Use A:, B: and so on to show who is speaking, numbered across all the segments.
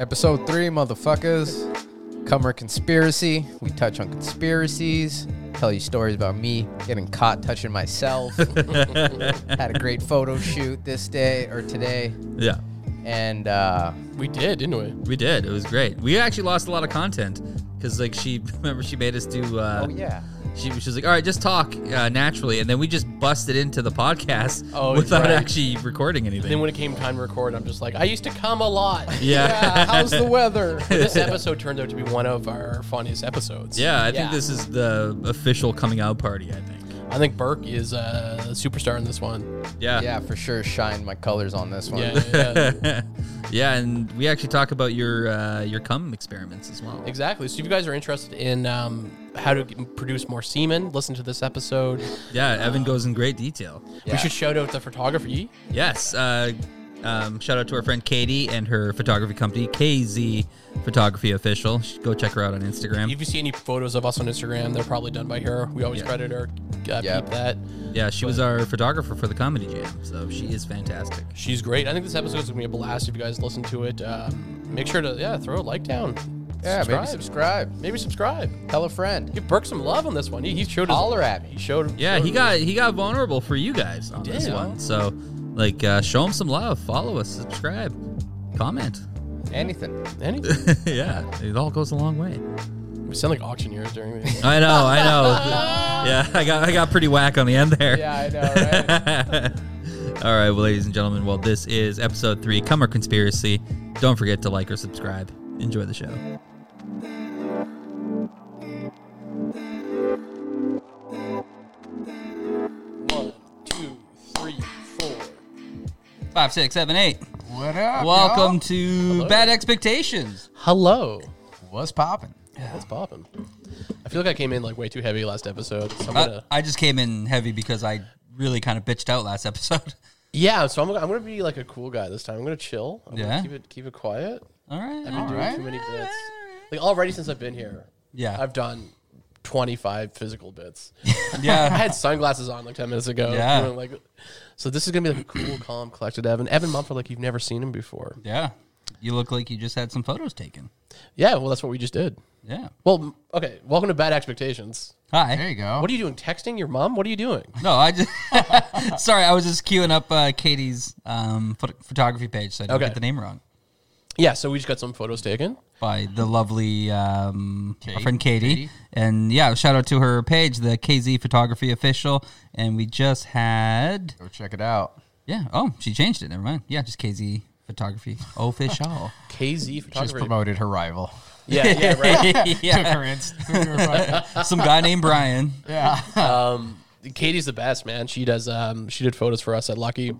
A: Episode three, motherfuckers. Cummer conspiracy. We touch on conspiracies. Tell you stories about me getting caught touching myself. Had a great photo shoot this day or today,
B: Yeah,
A: and uh,
C: We did, didn't we?
B: we did. It was great. We actually lost a lot of content because, like, she remember she made us do. Uh,
A: oh yeah,
B: She, she was like, "All right, just talk uh, naturally," and then we just busted into the podcast
C: Oh,
B: without
C: right.
B: actually recording anything.
C: Then when it came time to record, I'm just like, I used to come a lot.
B: yeah.
A: yeah. How's the weather?
C: this episode turned out to be one of our funniest episodes.
B: Yeah, I think this is the official coming out party. I think.
C: I think Burke is uh, a superstar in this one.
B: Yeah.
A: yeah, for sure. Shine my colors on this one.
C: Yeah, yeah, yeah.
B: yeah, and we actually talk about your uh, your cum experiments as well.
C: exactly. So if you guys are interested in um, how to g- produce more semen, listen to this episode.
B: Yeah, Evan goes in great detail.
A: Yeah.
C: We should shout out the photography.
B: Yes. Uh, um, shout out to our friend Katie and her photography company, KZ Photography Official. Sh- Go check her out on Instagram.
C: If you see any photos of us on Instagram, they're probably done by her. We always
B: Yeah.
C: credit her. Uh,
A: Yeah.
C: Peep that.
B: Yeah, she was our photographer for the Comedy Jam, so she is fantastic.
C: She's great. I think this episode's gonna be a blast. If you guys listen to it, um, make sure to yeah throw a like down.
A: Yeah, maybe
C: subscribe.
A: subscribe.
C: Maybe subscribe.
A: Tell a friend.
C: Give Burke some love on this one. He, he showed his,
A: Holler at
C: He
A: me.
C: showed.
B: Yeah,
C: showed
B: he
C: his-
B: got he got vulnerable for you guys on this
C: did.
B: one. So, like, uh, show him some love. Follow us. Subscribe. Comment.
A: Anything.
C: anything.
B: yeah, it all goes a long way.
C: we sound like auctioneers during the.
B: I know. I know. yeah, I got I got pretty whack on the end there.
A: Yeah, I know, right?
B: All right, well, ladies and gentlemen, well, this is episode three, Cummer Conspiracy. Don't forget to like or subscribe. Enjoy the show.
C: One, two, three, four.
B: Five, six, seven, eight.
A: what up?
B: Welcome to Bad Expectations.
C: Hello.
A: What's popping?
C: That's popping. I feel like I came in like way too heavy last episode. So I'm
B: Uh,
D: I-
C: gonna,
D: I just came in heavy because I really kind of bitched out last episode.
C: yeah, so I'm, I'm gonna be like a cool guy this time. I'm gonna chill. I'm
D: Yeah?
C: Gonna keep it keep it quiet.
D: All right.
C: I've been doing
A: right.
C: too many bits. Like already since I've been here.
D: Yeah.
C: I've done 25 physical bits. I
D: yeah.
C: had sunglasses on like 10 minutes ago.
D: Yeah.
C: You know, like, so this is gonna be like a cool, calm, collected Evan. Evan Mumford, like you've never seen him before.
D: Yeah. You look like you just had some photos taken.
C: Yeah, well, that's what we just did.
D: Yeah.
C: Well, m- okay. Welcome to Bad Expectations.
D: Hi.
A: There you go.
C: What are you doing? Texting your mom? What are you doing?
D: No, I just. sorry, I was just queuing up uh, Katie's um, phot- photography page so I didn't
C: Okay.
D: get the name wrong.
C: Yeah, so we just got some photos taken.
D: By the lovely um, our friend Katie.
A: Katie.
D: And yeah, shout out to her page, the KZ Photography Official. And we just had.
A: Go check it out.
D: Yeah. Oh, she changed it. Never mind. Yeah, just KZ Photography Official.
C: KZ
A: She's
C: photography.
A: promoted her rival.
C: yeah, yeah, right.
A: Took
D: yeah.
A: her inst- took her fucking-
D: Some guy named Brian.
A: yeah.
C: Katie's the best, man. She does. Um, she did photos for us at Lucky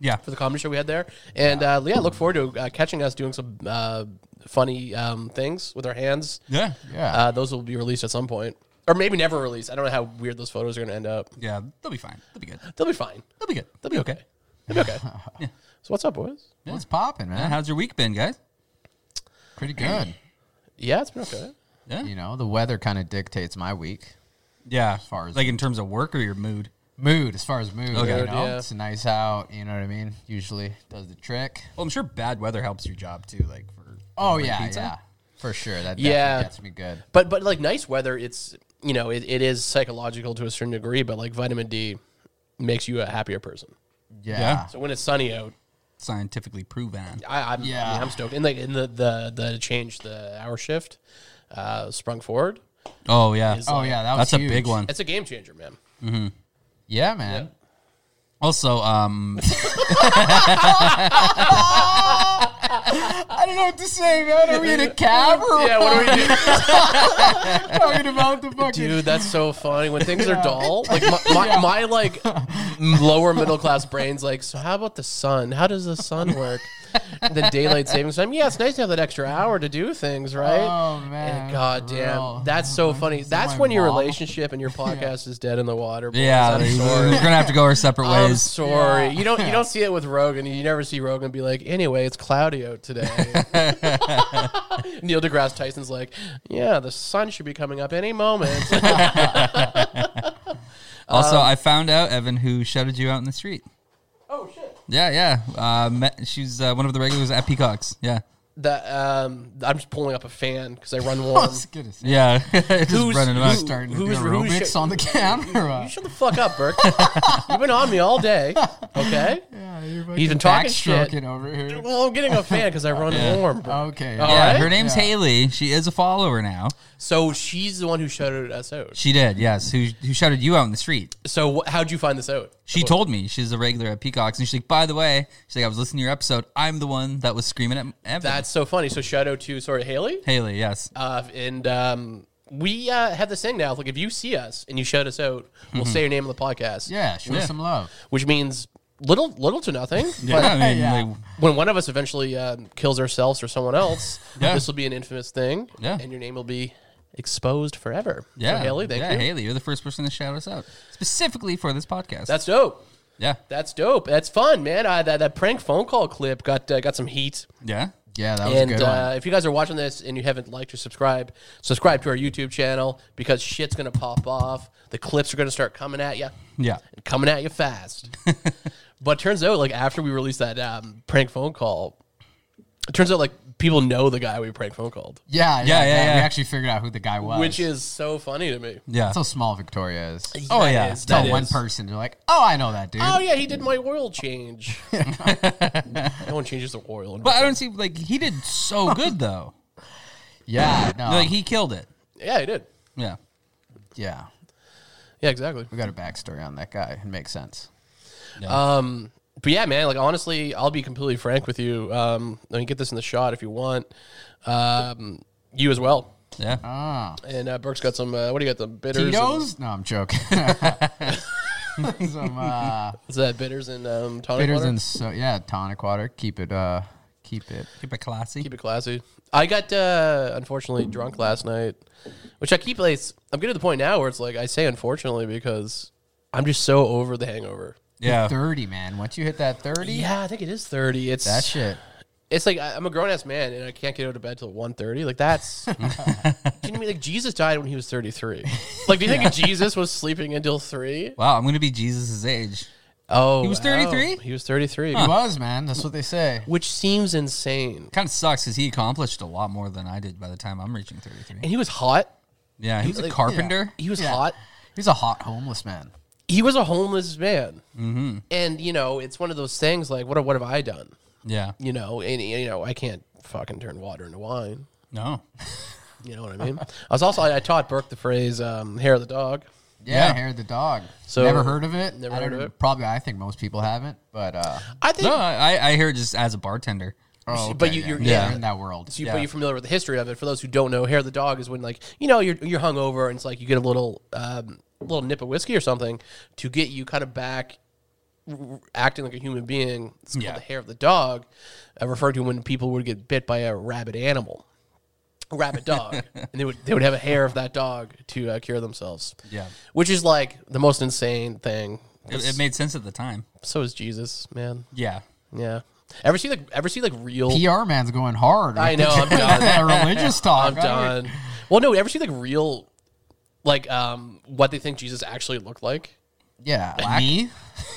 D: Yeah.
C: for the comedy show we had there, and uh, yeah, look forward to uh, catching us doing some uh, funny um, things with our hands.
D: Yeah.
A: Yeah.
C: Uh, those will be released at some point, or maybe never released. I don't know how weird those photos are going to end up.
D: Yeah. They'll be fine. They'll be good.
C: They'll be fine.
D: They'll be good.
C: They'll be okay. They'll be okay. So what's up, boys?
A: What's popping, man?
D: Yeah, Uh, How's your week been, guys?
A: Pretty good.
C: Yeah, it's been okay.
A: You know, the weather kind of dictates my week.
D: Yeah.
A: far as-
D: like in terms of work or your mood.
A: Mood, as far as mood,
D: Okay.
A: you
C: Mood,
A: know,
C: yeah.
A: it's nice out. You know what I mean? Usually does the trick.
D: Well, I'm sure bad weather helps your job too. Like for
A: Oh
D: like
A: yeah,
D: pizza.
A: yeah, for sure. That definitely
C: Yeah.
A: gets me good.
C: But but like nice weather, it's you know it, it is psychological to a certain degree. But like vitamin D makes you a happier person.
A: Yeah,
D: Yeah.
C: So when it's sunny out,
D: Scientifically proven.
C: I, I'm I
A: Yeah.
C: mean, I'm stoked. And like in the the the change the hour shift, uh, sprung forward.
D: Oh yeah.
C: Is-
D: Oh,
A: oh yeah, that was
D: That's a big
A: huge.
D: one.
C: It's a game changer, man.
A: Yeah, man.
D: Also, um,
A: I don't know what to say, man. Are we in a cab or
C: Yeah, what do we do,
A: talking about the fucking?
C: dude? That's so funny. When things are dull, like my, my, my like m- lower middle class brains, like, so how about the sun? How does the sun work? the daylight savings time. Yeah, it's nice to have that extra hour to do things, right?
A: Oh, man,
C: And God
A: for
C: damn,
A: real.
C: that's so funny. That's
A: my
C: when your
A: mom.
C: relationship and your podcast is dead in the water. boys.
D: yeah,
C: I'm
D: they-
C: sorry.
D: we're gonna have to go our separate
C: I'm
D: ways.
C: sorry. You don't you don't see it with Rogan. You never see Rogan be like, anyway, it's cloudy out today. Neil deGrasse Tyson's like, yeah, the sun should be coming up any moment.
D: Also,
C: Um,
D: I found out Evan who shouted you out in the street.
C: oh shit.
D: Yeah, yeah. Uh, met, she's uh, one of the regulars at Peacocks. Yeah.
C: the um, I'm just pulling up a fan because I run warm.
A: good as
B: Yeah, just
C: Who's-
B: running
C: who-
B: around.
A: starting to do
C: Who's- who's
A: aerobics
C: sh-
A: on the camera.
C: you shut the fuck up, Burke. You've been on me all day. Okay.
A: yeah, you're
C: He's been
A: fucking
C: talking
A: backstroking
C: shit.
A: over here.
C: Well, I'm getting a fan because I run warm. Burke.
A: Okay.
C: All
B: Yeah,
C: right.
B: her name's
A: Yeah.
B: Haley. She is a follower now.
C: So she's the one who shouted us out.
B: She did, yes. Who who shouted you out in the street?
C: So wh- how'd you find this out?
B: She told me she's a regular at Peacocks, and she's like, "By the way, she's like, I was listening to your episode. I'm the one that was screaming at Evan.
C: That's so funny. So shout out to sorry Haley.
B: Haley, yes.
C: Uh, and um, we uh, have this thing now. Like if you see us and you shout us out, we'll say your name on the podcast.
A: Mm-hmm. Yeah, show
B: Yeah.
A: some love.
C: Which means little little to nothing.
B: yeah, I mean,
A: yeah.
B: like,
C: But when one of us eventually um, kills ourselves or someone else,
B: Yeah.
C: this will be an infamous thing.
B: Yeah.
C: And your name will be exposed forever.
B: yeah,
C: So Haley, thank
B: yeah,
C: you.
B: Haley, you're the first person to shout us out specifically for this podcast.
C: That's dope.
B: yeah,
C: That's dope. That's fun, man. I, that, that prank phone call clip got uh, got some heat.
B: yeah,
A: Yeah, that was a
C: And
A: good. one.
C: uh, if you guys are watching this and you haven't liked or subscribed, subscribe to our YouTube channel because shit's gonna pop off. The clips are gonna start coming at you,
B: yeah.
C: coming at you fast. but turns out, like after we released that um, prank phone call, it turns out like people know the guy we prank phone called,
A: yeah, yeah,
B: yeah,
A: yeah,
B: yeah.
A: We actually figured out who the guy was.
C: which is so funny to me.
B: Yeah.
A: that's how small Victoria is.
B: Oh,
C: That
B: yeah.
C: is-
A: Tell
C: that
A: one
C: is-
A: person, you're like, oh, I know that dude.
C: Oh yeah, he did my oil change. no one changes the oil.
B: But I don't see like he did so good though.
A: yeah, no,
B: Like he killed it.
C: yeah, he did.
B: Yeah.
A: yeah.
C: Yeah, exactly.
A: We got a backstory on that guy. It makes sense.
C: Um, but yeah, man, like honestly, I'll be completely frank with you. Um, I mean, get this in the shot if you want. Um, you as well.
B: Yeah.
A: Ah,
C: And uh, Burke's got some. Uh, what do you got? The bitters. And,
A: Tito's? No, I'm joking. Some uh,
C: is that bitters and um, tonic
A: bitters
C: water?
A: and so yeah, tonic water. Keep it, uh, keep it.
B: Keep it classy.
C: Keep it classy. I got uh, unfortunately drunk last night, which I keep. Like, I'm getting to the point now where it's like I say unfortunately because I'm just so over the hangover.
B: yeah.
A: Thirty, man. Once you hit that thirty,
C: Yeah, I think it is thirty. It's
A: that shit.
C: it's like I- I'm a grown ass man and I can't get out of bed till 1.30. Like that's, do you know what I mean? Like Jesus died when he was 33. Like, do you think Jesus was sleeping until three?
B: Wow, I'm gonna be Jesus' age.
C: Oh,
B: was
C: wow.
B: 33?
C: He was 33,
A: It was, man. That's what they say.
C: which seems insane.
B: Kind of sucks because he accomplished a lot more than I did by the time I'm reaching 33.
C: And he was hot.
B: Yeah, he was a
C: like-
B: carpenter.
C: He was hot.
A: He's a hot homeless man.
C: He was a homeless man. Mm-hmm. And you know, it's one of those things. Like, what what have I done?
B: Yeah.
C: You know, and you know, I can't fucking turn water into wine.
B: No.
C: You know what I mean? I was also I, I taught Burke the phrase um, "hair of the dog."
A: Yeah,
B: Yeah.
A: hair of the dog.
C: So-
A: never heard of it.
C: Never
A: I
C: heard
A: don't-
C: of it.
A: Probably, I think most people haven't. But uh,
C: I think,
B: No, I, I hear just as a bartender.
A: oh,
C: but
A: okay,
C: you-
A: yeah,
C: you're-
A: yeah,
C: yeah.
A: in that world.
C: So you, But you're familiar with the history of it. For those who don't know, hair of the dog is when like you know you're you're hungover and it's like you get a little um, little nip of whiskey or something to get you kind of back r- acting like a human being. It's called
B: Yeah.
C: the hair of the dog, uh, referred to when people would get bit by a rabid animal, a rabid dog, and they would they would have a hair of that dog to uh, cure themselves.
B: Yeah.
C: which is like the most insane thing.
B: It, it made sense at the time.
C: so is Jesus, man.
B: Yeah.
C: Yeah. Ever see like ever see like real
A: PR man's going hard.
C: I
A: with
C: know, I'm done.
A: that religious talk.
C: I'm done. Well, no, ever see like real, like um, what they think Jesus actually looked like?
A: Yeah, me.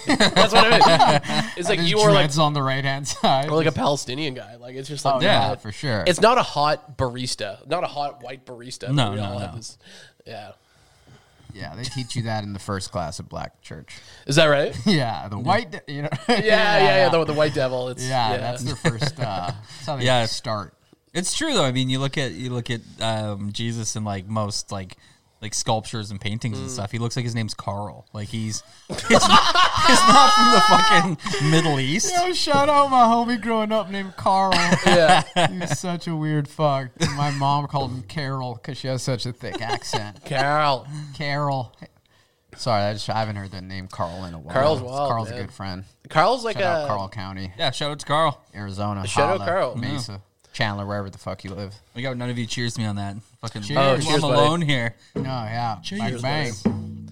C: That's what I mean. It's like
A: His
C: you are like
A: dreads on the right hand side.
C: or like a Palestinian guy. Like it's just like
A: oh, yeah,
C: not-
A: for sure.
C: It's not a hot barista, not a hot white barista.
B: No,
C: We
B: no,
C: all have
B: no.
C: this- Yeah,
A: yeah, they teach you that in the first class of black church.
C: is that right?
A: Yeah, the white. de- You know. yeah,
C: Yeah, yeah, yeah. the, the white devil. It's
A: Yeah, that's their first. Uh, that's how they
B: Yeah.
A: start.
B: It's true though. I mean, you look at you look at um, Jesus in like most like like sculptures and paintings and stuff. He looks like his name's Carl. Like he's he's, he's not from the fucking Middle East.
A: Yo, shout out my homie growing up named Carl.
C: yeah.
A: he was such a weird fuck. My mom called him Carol because she has such a thick accent.
C: Carl.
A: Carol. Sorry, I, just, I haven't heard the name Carl in a while.
C: Carl's wild,
A: Carl's
C: man.
A: a good friend.
C: Carl's like
A: Shout
C: a
A: out Carl County,
B: Yeah, shout out to Carl.
A: Arizona.
C: Shout out
A: Holla,
C: Carl.
A: Mesa, Chandler, wherever the fuck you live.
B: We got none of you cheers me on that. Fucking
A: Cheers.
B: Oh,
A: Oh,
C: cheers,
B: I'm
C: buddy.
B: alone here.
A: No, yeah.
C: Cheers,
A: bang, bang.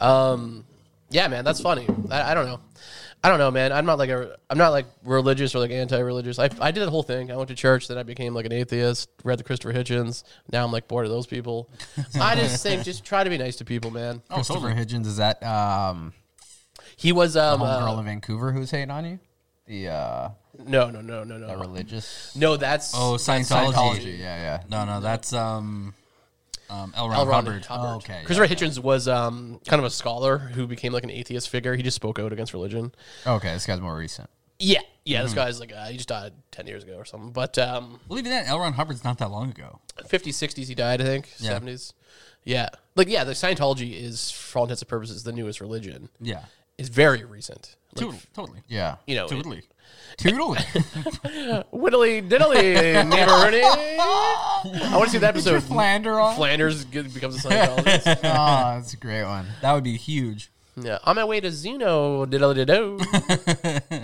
C: Um, yeah, man, that's funny. I, I don't know. I don't know, man. I'm not like a. I'm not like religious or like anti-religious. I, I did the whole thing. I went to church, then I became like an atheist. Read the Christopher Hitchens. Now I'm like bored of those people. I just think just try to be nice to people, man.
A: Christopher Hitchens is that um,
C: He was um.
A: homegirl
C: uh,
A: in Vancouver who's hating on you? The uh,
C: No, no, no, no, no.
A: That religious?
C: No, that's
B: Oh, Scientology.
A: Scientology. Yeah, yeah.
B: No, no, that's um, um L. Ron
C: L. Ron
B: Hubbard.
C: Hubbard.
A: Oh, okay,
C: Christopher Hitchens was um, kind of a scholar who became like an atheist figure. He just spoke out against religion.
A: Okay, this guy's more recent.
C: Yeah, yeah. This guy's like uh, he just died ten years ago or something. But um,
B: Well, even that, L. Ron Hubbard's not that long ago.
C: 50s, 60s, he died. I think
B: Yeah.
C: 70s. Yeah, like yeah, the Scientology is for all intents and purposes the newest religion.
B: Yeah,
C: It's very recent. Like,
B: totally, totally,
A: Yeah.
C: you know,
B: totally.
A: Toodly.
C: Whittly diddly neighborhoody. I want to see that episode.
A: Flander on.
C: Flanders get- becomes a Scientologist.
A: oh, that's a great one.
B: That would be huge.
C: yeah, on my way to Zeno. Diddly dido.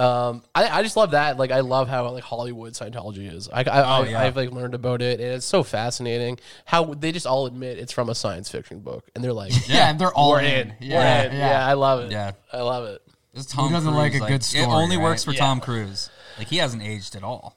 C: Um, I, I just love that. Like, I love how like Hollywood Scientology is. I, I, I
B: Oh, yeah.
C: I've like learned about it, and it's so fascinating how they just all admit it's from a science fiction book, and they're like,
A: Yeah, and they're all
C: "We're
A: in.
C: in,
A: Yeah,
C: we're in."
A: yeah.
C: Yeah, I love it.
B: Yeah.
C: I love it.
B: It's Tom
A: doesn't
B: Cruise,
A: like a good story,
B: It only
A: right?
B: works for
C: Yeah.
B: Tom Cruise. Like he hasn't aged at all.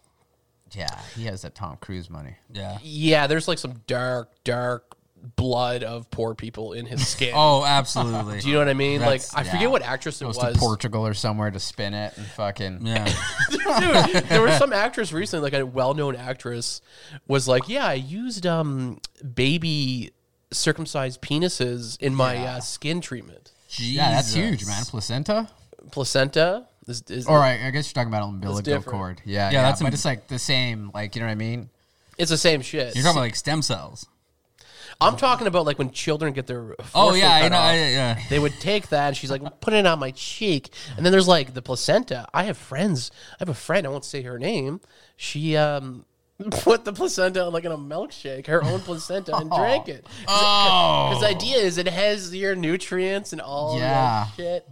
A: Yeah, he has that Tom Cruise money.
B: Yeah.
C: Yeah, there's like some dark, dark blood of poor people in his skin.
B: Oh, absolutely.
C: Do you know what I mean? Like,
B: That's-
C: I
A: yeah.
C: forget what actress it
A: Goes
C: was.
A: to Portugal or somewhere to spin it and fucking.
B: yeah.
C: Dude, there was some actress recently, like a well-known actress, was like, "Yeah, I used um baby circumcised penises in my uh, skin treatment,
B: Jesus.
A: Yeah, that's huge, man. Placenta?
C: placenta." Is, is,
A: Or I, I guess you're talking about umbilical
C: different.
A: cord. Yeah, yeah,
B: Yeah, that's
A: but
B: im-
A: it's like the same, like, you know what I mean?
C: It's the same shit.
B: You're talking about like stem cells.
C: I'm talking about like when children get their
B: Oh
C: foreskin
B: yeah, I
C: cut
B: know.
C: off,
B: I, yeah.
C: They would take that, and she's like, "Put it on my cheek," and then there's like the placenta. I have friends. I have a friend. I won't say her name. She um put the placenta like in a milkshake, her own placenta, and drank it.
A: Oh.
C: Because the idea is it has your nutrients and all
A: Yeah.
C: that shit.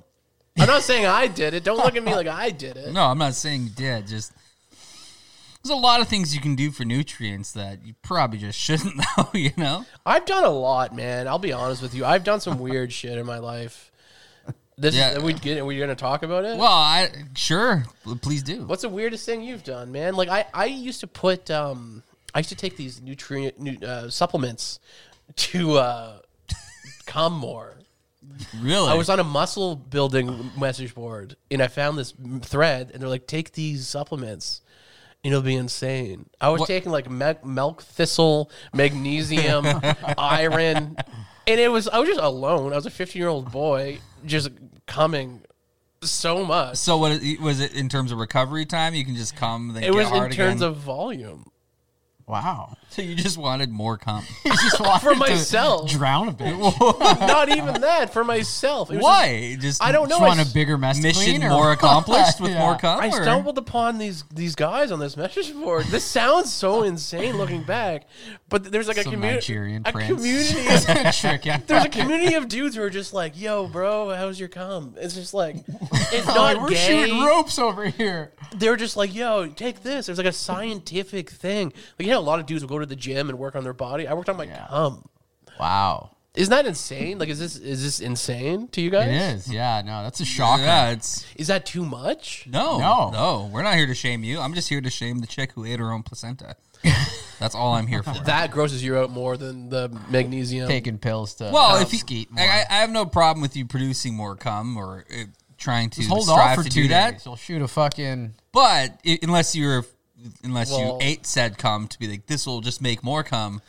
C: I'm not saying I did it. Don't look at me like I did it.
B: No, I'm not saying you did. Just there's a lot of things you can do for nutrients that you probably just shouldn't know. You know.
C: I've done a lot, man. I'll be honest with you. I've done some weird shit in my life. This
B: Yeah.
C: we get. Are we gonna talk about it?
B: Well, I sure. Please do.
C: What's the weirdest thing you've done, man? Like I, I used to put, um, I used to take these nutrient nu- uh, supplements to uh, come more.
B: Really?
C: I was on a muscle building message board, and I found this m- thread, and they're like, "Take these supplements, and it'll be insane." I was taking like me- milk thistle, magnesium, iron, and it was I was just alone. I was a fifteen year old boy, just coming so much.
B: so what is- was it in terms of recovery time? You can just come. Then
C: It
B: get
C: was in
B: hard
C: terms
B: again?
C: of volume
A: Wow.
B: So you just wanted more cum.
A: He just wanted
C: for
A: to
C: myself.
A: Drown a bitch.
C: Not even that for myself. It was
B: Why? Just
C: I don't know.
A: Just want a bigger mess
B: mission
A: clean or-
B: more accomplished with
A: Yeah.
B: more cum.
C: I
B: or-
C: stumbled upon these these guys on this message board. This sounds so insane looking back, but there's like
A: Some
C: a community,
A: Nigerian
C: a
A: prince.
C: community,
A: Chicken.
C: there's a community of dudes who are just like, "Yo, bro, how's your cum?" It's just like,
A: Like,
C: it's not
A: Oh, we're shooting
C: gay.
A: ropes over here.
C: They're just like, "Yo, take this." There's like a scientific thing. Like, you know, a lot of dudes will go to the gym and work on their body. I worked on my
A: Yeah.
C: cum.
A: Wow.
C: Isn't that insane? Like, is this is this insane to you guys?
A: It is. Yeah, no, that's a shocker.
B: Yeah, it's
C: Is that too much?
B: no,
A: No.
B: no, no. We're not here to shame you. I'm just here to shame the chick who ate her own placenta. That's all I'm here for.
C: That grosses you out more than the magnesium.
A: Taking pills to
B: well, if you,
A: skeet more.
B: like, I, I have no problem with you producing more cum or uh, trying to
A: Just hold
B: strive
A: off for
B: to
A: two days.
B: do that,
A: You'll shoot a fucking.
B: but i unless you're unless you
C: Well-
B: ate said cum to be like this will just make more cum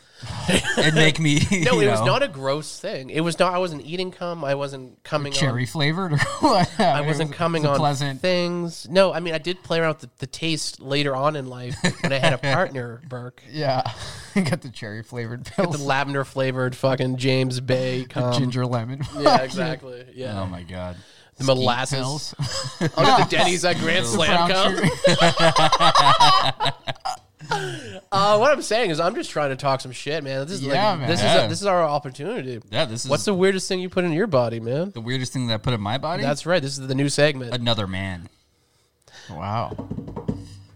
B: and make me
C: No,
B: you
C: it was
B: know.
C: not a gross thing. It was not. I wasn't eating cum. I wasn't coming.
A: cherry
C: On,
A: flavored or what?
C: I wasn't coming on things. No, I mean I did play around with the, the taste later on in life when I had a partner, Burke.
A: Yeah, got the cherry flavored
C: The
A: pills,
C: lavender flavored fucking James Bay cum.
A: ginger lemon.
C: Yeah, exactly.
B: Oh
C: Yeah,
B: my god.
C: the molasses.
A: pills.
C: I'll get the Denny's at Grand Slam
A: Brown
C: cum.
A: sugar.
C: Uh, what I'm saying is, I'm just trying to talk some shit, man. This is
A: Yeah,
C: like,
A: man.
C: this is
B: Yeah.
C: a, this is our opportunity.
B: Yeah, this is
C: What's the weirdest thing you put in your body, man?
B: the weirdest thing that I put in my body?
C: That's right. This is the new segment.
B: another man.
A: Wow.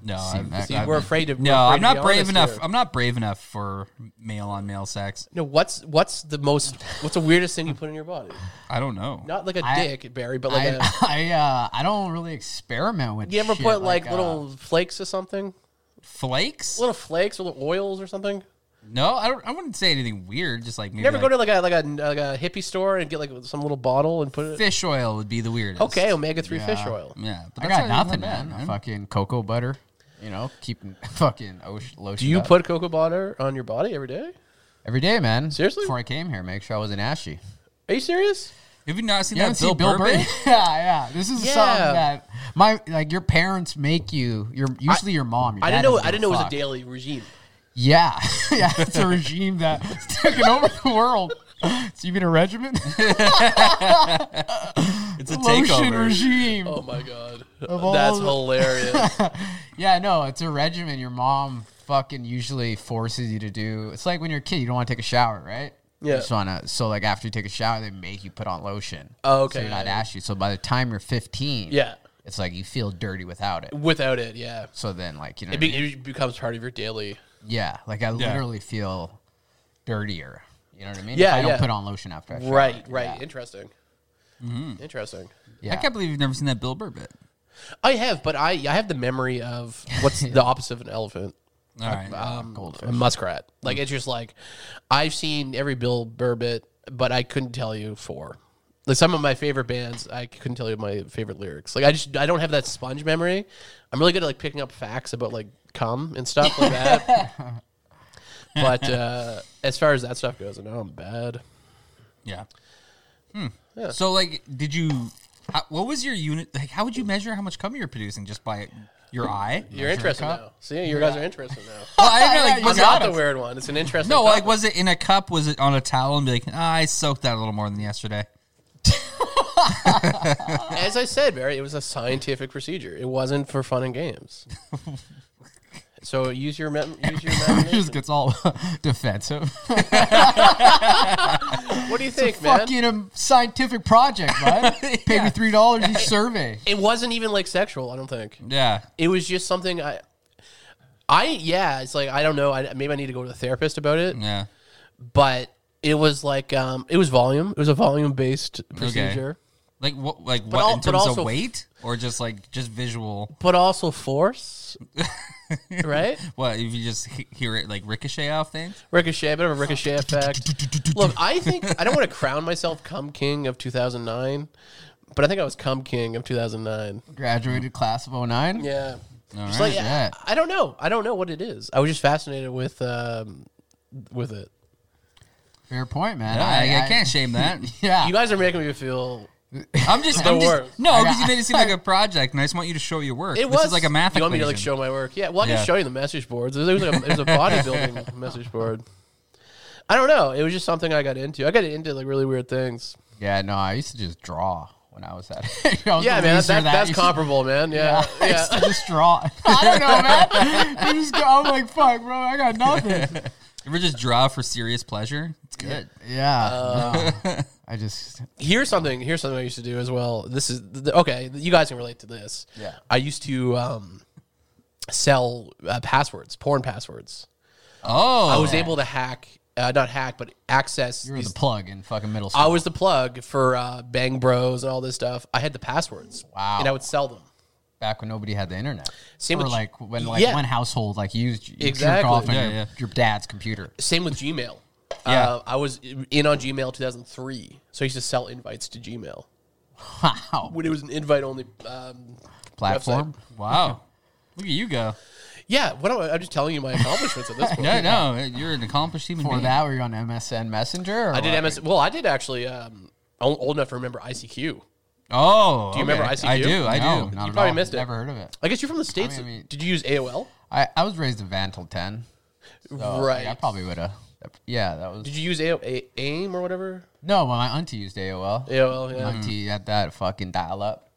B: No,
A: Seen
B: I'm,
A: that.
C: See,
A: I-
C: we're afraid of.
B: no, I'm not brave enough.
C: I'm.
B: I'm not brave enough for male on male sex.
C: No, what's what's the most what's the weirdest thing you put in your body?
B: I don't know.
C: Not like a
A: I-
C: dick, Barry, but like a
A: I I, uh, I don't really experiment with.
C: you ever
A: shit
C: put like,
A: uh,
C: little flakes or something?
B: Flakes?
C: Little flakes or little oils or something?
B: No, I don't. I wouldn't say anything weird. Just like maybe
C: You ever go
B: like
C: to like a like a like a hippie store and get like some little bottle and put it.
B: fish oil would be the weirdest.
C: Okay, omega three
A: Yeah.
C: fish oil.
B: Yeah, but
A: I
B: that's
A: got
B: not
A: nothing,
B: even bad,
A: man.
B: right?
A: Fucking cocoa butter. You know, keeping fucking ocean lotion.
C: Do you
A: up.
C: put cocoa butter on your body every day?
A: every day, man?
C: Seriously?
A: Before I came here, make sure I wasn't ashy.
C: Are you serious?
B: Have you not seen
A: You haven't
B: that
A: seen
B: Bill,
A: Bill Burr?
B: Burr?
A: yeah, yeah. This is
C: Yeah.
A: something that my like your parents make you. Your usually your mom. Your
C: I didn't
A: dad
C: know.
A: doesn't give
C: I didn't know it was a
A: fuck.
C: daily regime.
A: Yeah, yeah. It's a regime that's taken over the world. So you mean a regiment?
B: It's a
A: Lotion
B: takeover.
A: regime.
C: Oh my god,
A: all
C: that's
A: the-
C: hilarious.
A: Yeah, no, it's a regimen your mom fucking usually forces you to do. It's like when you're a kid, you don't want to take a shower, right?
C: Yeah.
A: You just want to. So like after you take a shower, they make you put on lotion.
C: Oh, okay.
A: So you're not ashy. So by the time you're 15,
C: Yeah.
A: it's like you feel dirty without it.
C: Without it, yeah,
A: So then like you know,
C: it,
A: what I
C: be,
A: mean?
C: it becomes part of your daily.
A: yeah, like I literally feel dirtier. You know what I mean?
C: Yeah,
A: If I don't
C: yeah.
A: put on lotion after I shower.
C: Right, right. Interesting. Interesting.
A: Yeah.
B: I can't believe you've never seen that Bill Burr bit.
C: I have, but I I have the memory of what's the opposite of an elephant. Um,
B: All right.
C: uh, a muskrat. Like it's just like I've seen every Bill Burr bit, but I couldn't tell you four. Like some of my favorite bands, I couldn't tell you my favorite lyrics. Like I just I don't have that sponge memory. I'm really good at like picking up facts about like cum and stuff like that. but uh, as far as that stuff goes, I know I'm bad.
B: yeah. Hmm. So like, did you? How, what was your unit? Like, how would you measure how much cum you were producing just by your eye?
C: You're interested now. See, you guys are interested now.
B: Well, I didn't know, like,
C: It's
B: was it
C: not
B: on
C: the
B: a,
C: weird one. It's an interesting.
B: no,
C: topic.
B: like, was it in a cup? Was it on a towel? And be like, ah, I soaked that a little more than yesterday.
C: As I said, Barry, it was a scientific procedure. It wasn't for fun and games. so use your mem- use your
A: It
C: imagination.
A: just gets all defensive.
C: What do you think, man?
A: Fucking um, scientific project, bud. Pay me three dollars each survey.
C: it wasn't even like sexual. I don't think
B: Yeah.
C: it was just something I. I yeah, it's like I don't know. I, maybe I need to go to the therapist about it.
B: Yeah.
C: But it was like um, it was volume. It was a volume based procedure,
B: Like what? Like what?
C: al-
B: in
C: but
B: terms
C: also-
B: of weight, or just like just visual?
C: but also force, right?
B: What if you just he- hear it like ricochet off things?
C: Ricochet, a bit of a ricochet effect. Look, I think I don't want to crown myself cum king of 2009, but I think I was cum king of 2009.
A: Graduated class of 09.
C: Yeah. Just
B: right.
C: like,
A: Yeah.
C: I, I don't know. I don't know what it is. I was just fascinated with um, with it.
A: Fair point, man.
B: I, I can't shame that.
A: Yeah.
C: You guys are making me feel
B: I'm just,
C: The
B: I'm
C: worst.
B: just no, because you made it seem like a project, and I just want you to show your work.
C: It
B: this
C: was
B: is like a math
C: You want
B: equation.
C: me to like show my work? Yeah. Well, I can
B: Yeah.
C: show you the message boards. There's, there's, like, a, there's a bodybuilding message board. I don't know. It was just something I got into. I got into like really weird things.
A: Yeah, no, I used to just draw when I was at. I was
C: Yeah,
A: a
C: man. That,
A: loser
C: that, that's
A: used to-
C: comparable, man. Yeah.
A: I
C: Yeah.
A: used to just draw. I don't know, man. You just go, I'm like, fuck, bro, I got nothing.
B: You ever just draw for serious pleasure? It's good.
A: Yeah.
C: Uh.
A: no. I just.
C: Here's something. Here's something I used to do as well. This is th- okay. You guys can relate to this.
A: Yeah.
C: I used to um, sell uh, passwords, porn passwords.
B: Oh,
C: I was able to hack, uh, not hack, but access.
A: You were
C: these-
A: the plug in fucking middle school.
C: I was the plug for uh, Bang Bros and all this stuff. I had the passwords.
A: Wow.
C: And I would sell them.
A: back when nobody had the internet.
C: Same
A: or
C: with-
A: like when like
C: Yeah.
A: one household like used you
C: Exactly.
A: jerk off on
B: Yeah,
A: your,
B: yeah.
A: your dad's computer.
C: Same with Gmail.
B: Yeah.
C: Uh, I was in on Gmail 2003. So I used to sell invites to Gmail
A: Wow.
C: when it was an invite only. Um,
A: Platform.
B: wow. Look at you go.
C: yeah. What am I, I'm just telling you my accomplishments at this point.
B: No, no, you're an accomplished human
A: Before
B: being.
A: that, were you on MSN Messenger? Or
C: I did
A: what?
C: MS. Well, I did actually. Um, o- old enough to remember ICQ. You
B: Oh, do
C: you remember
B: I
C: ICQ?
B: do. I
A: No,
B: do.
A: not
C: You
A: at
C: probably
A: all.
C: missed it.
A: Never heard of it.
C: I guess you're from the states.
A: I mean-
C: did you use AOL?
A: I, I was raised in van till ten. So like,
C: Right.
A: I probably would have. Yeah, that was
C: Did you use AO- A- AIM or whatever?
A: no. Well, my auntie used AOL.
C: AOL.
A: My
C: Yeah.
A: auntie had that fucking dial up.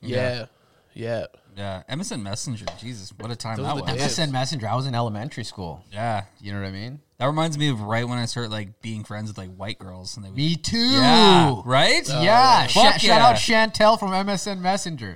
C: Yeah. Yeah.
B: Yeah, MSN Messenger. Jesus, what a time
C: Those
B: that
C: were the
B: was.
C: days.
A: MSN Messenger. I was in elementary school.
B: Yeah,
A: You know what I mean?
B: that reminds me of right when I started like being friends with like white girls, and they would.
A: Me too.
B: yeah, right.
C: Oh,
A: Oh, Yeah, Sha-
B: Fuck
A: shout
B: yeah.
A: out Chantel from MSN Messenger,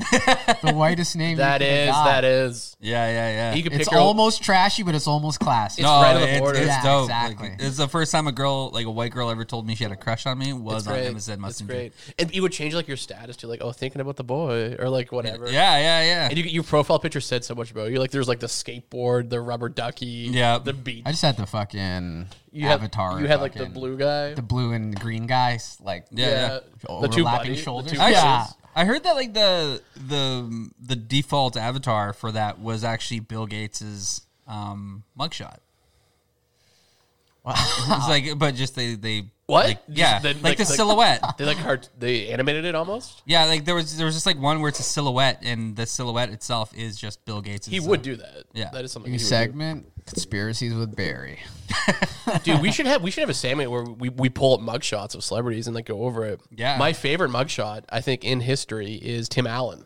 A: the whitest name.
C: That
A: you
C: is. That is.
B: Yeah, yeah, yeah.
C: You could pick
A: It's
C: your-
A: almost trashy, but it's almost classy.
C: It's right on the
B: it's-
C: border.
B: It's
A: Yeah,
B: dope.
A: exactly.
B: Like, it's the first time a girl, like a white girl, ever told me she had a crush on me was
C: It's
B: on
C: great.
B: MSN
C: It's
B: Messenger.
C: great. And you would change like your status to like, oh, thinking about the boy or like whatever.
B: Yeah, yeah,
C: And
B: yeah.
C: you, your profile picture said so much about you. Like, there's like the skateboard, the rubber ducky,
B: Yeah.
C: the beach.
A: I just had the fucking and
C: You have
A: Avatar.
C: You had like the
A: fucking-
C: blue guy.
A: the blue and green guys, like
B: Yeah, yeah.
C: The two
A: overlapping
C: buddy- the
A: shoulders.
C: two
A: Oh, yeah.
B: Actually, I heard that like the the the default avatar for that was actually Bill Gates's um, mugshot. it's like, but just they they
C: What?
B: like,
C: Just
B: yeah,
C: the-
B: like,
C: like
B: the,
C: the-
B: silhouette.
C: They like hard, they animated it almost.
B: yeah, like there was there was just like one where it's a silhouette, and the silhouette itself is just Bill Gates.
C: He would do that.
B: Yeah.
C: that is something.
A: New
C: he would do.
A: segment: conspiracies with Barry.
C: dude. We should have we should have a segment where we, we pull up mugshots of celebrities and like go over it.
B: Yeah.
C: my favorite mugshot I think in history is Tim Allen.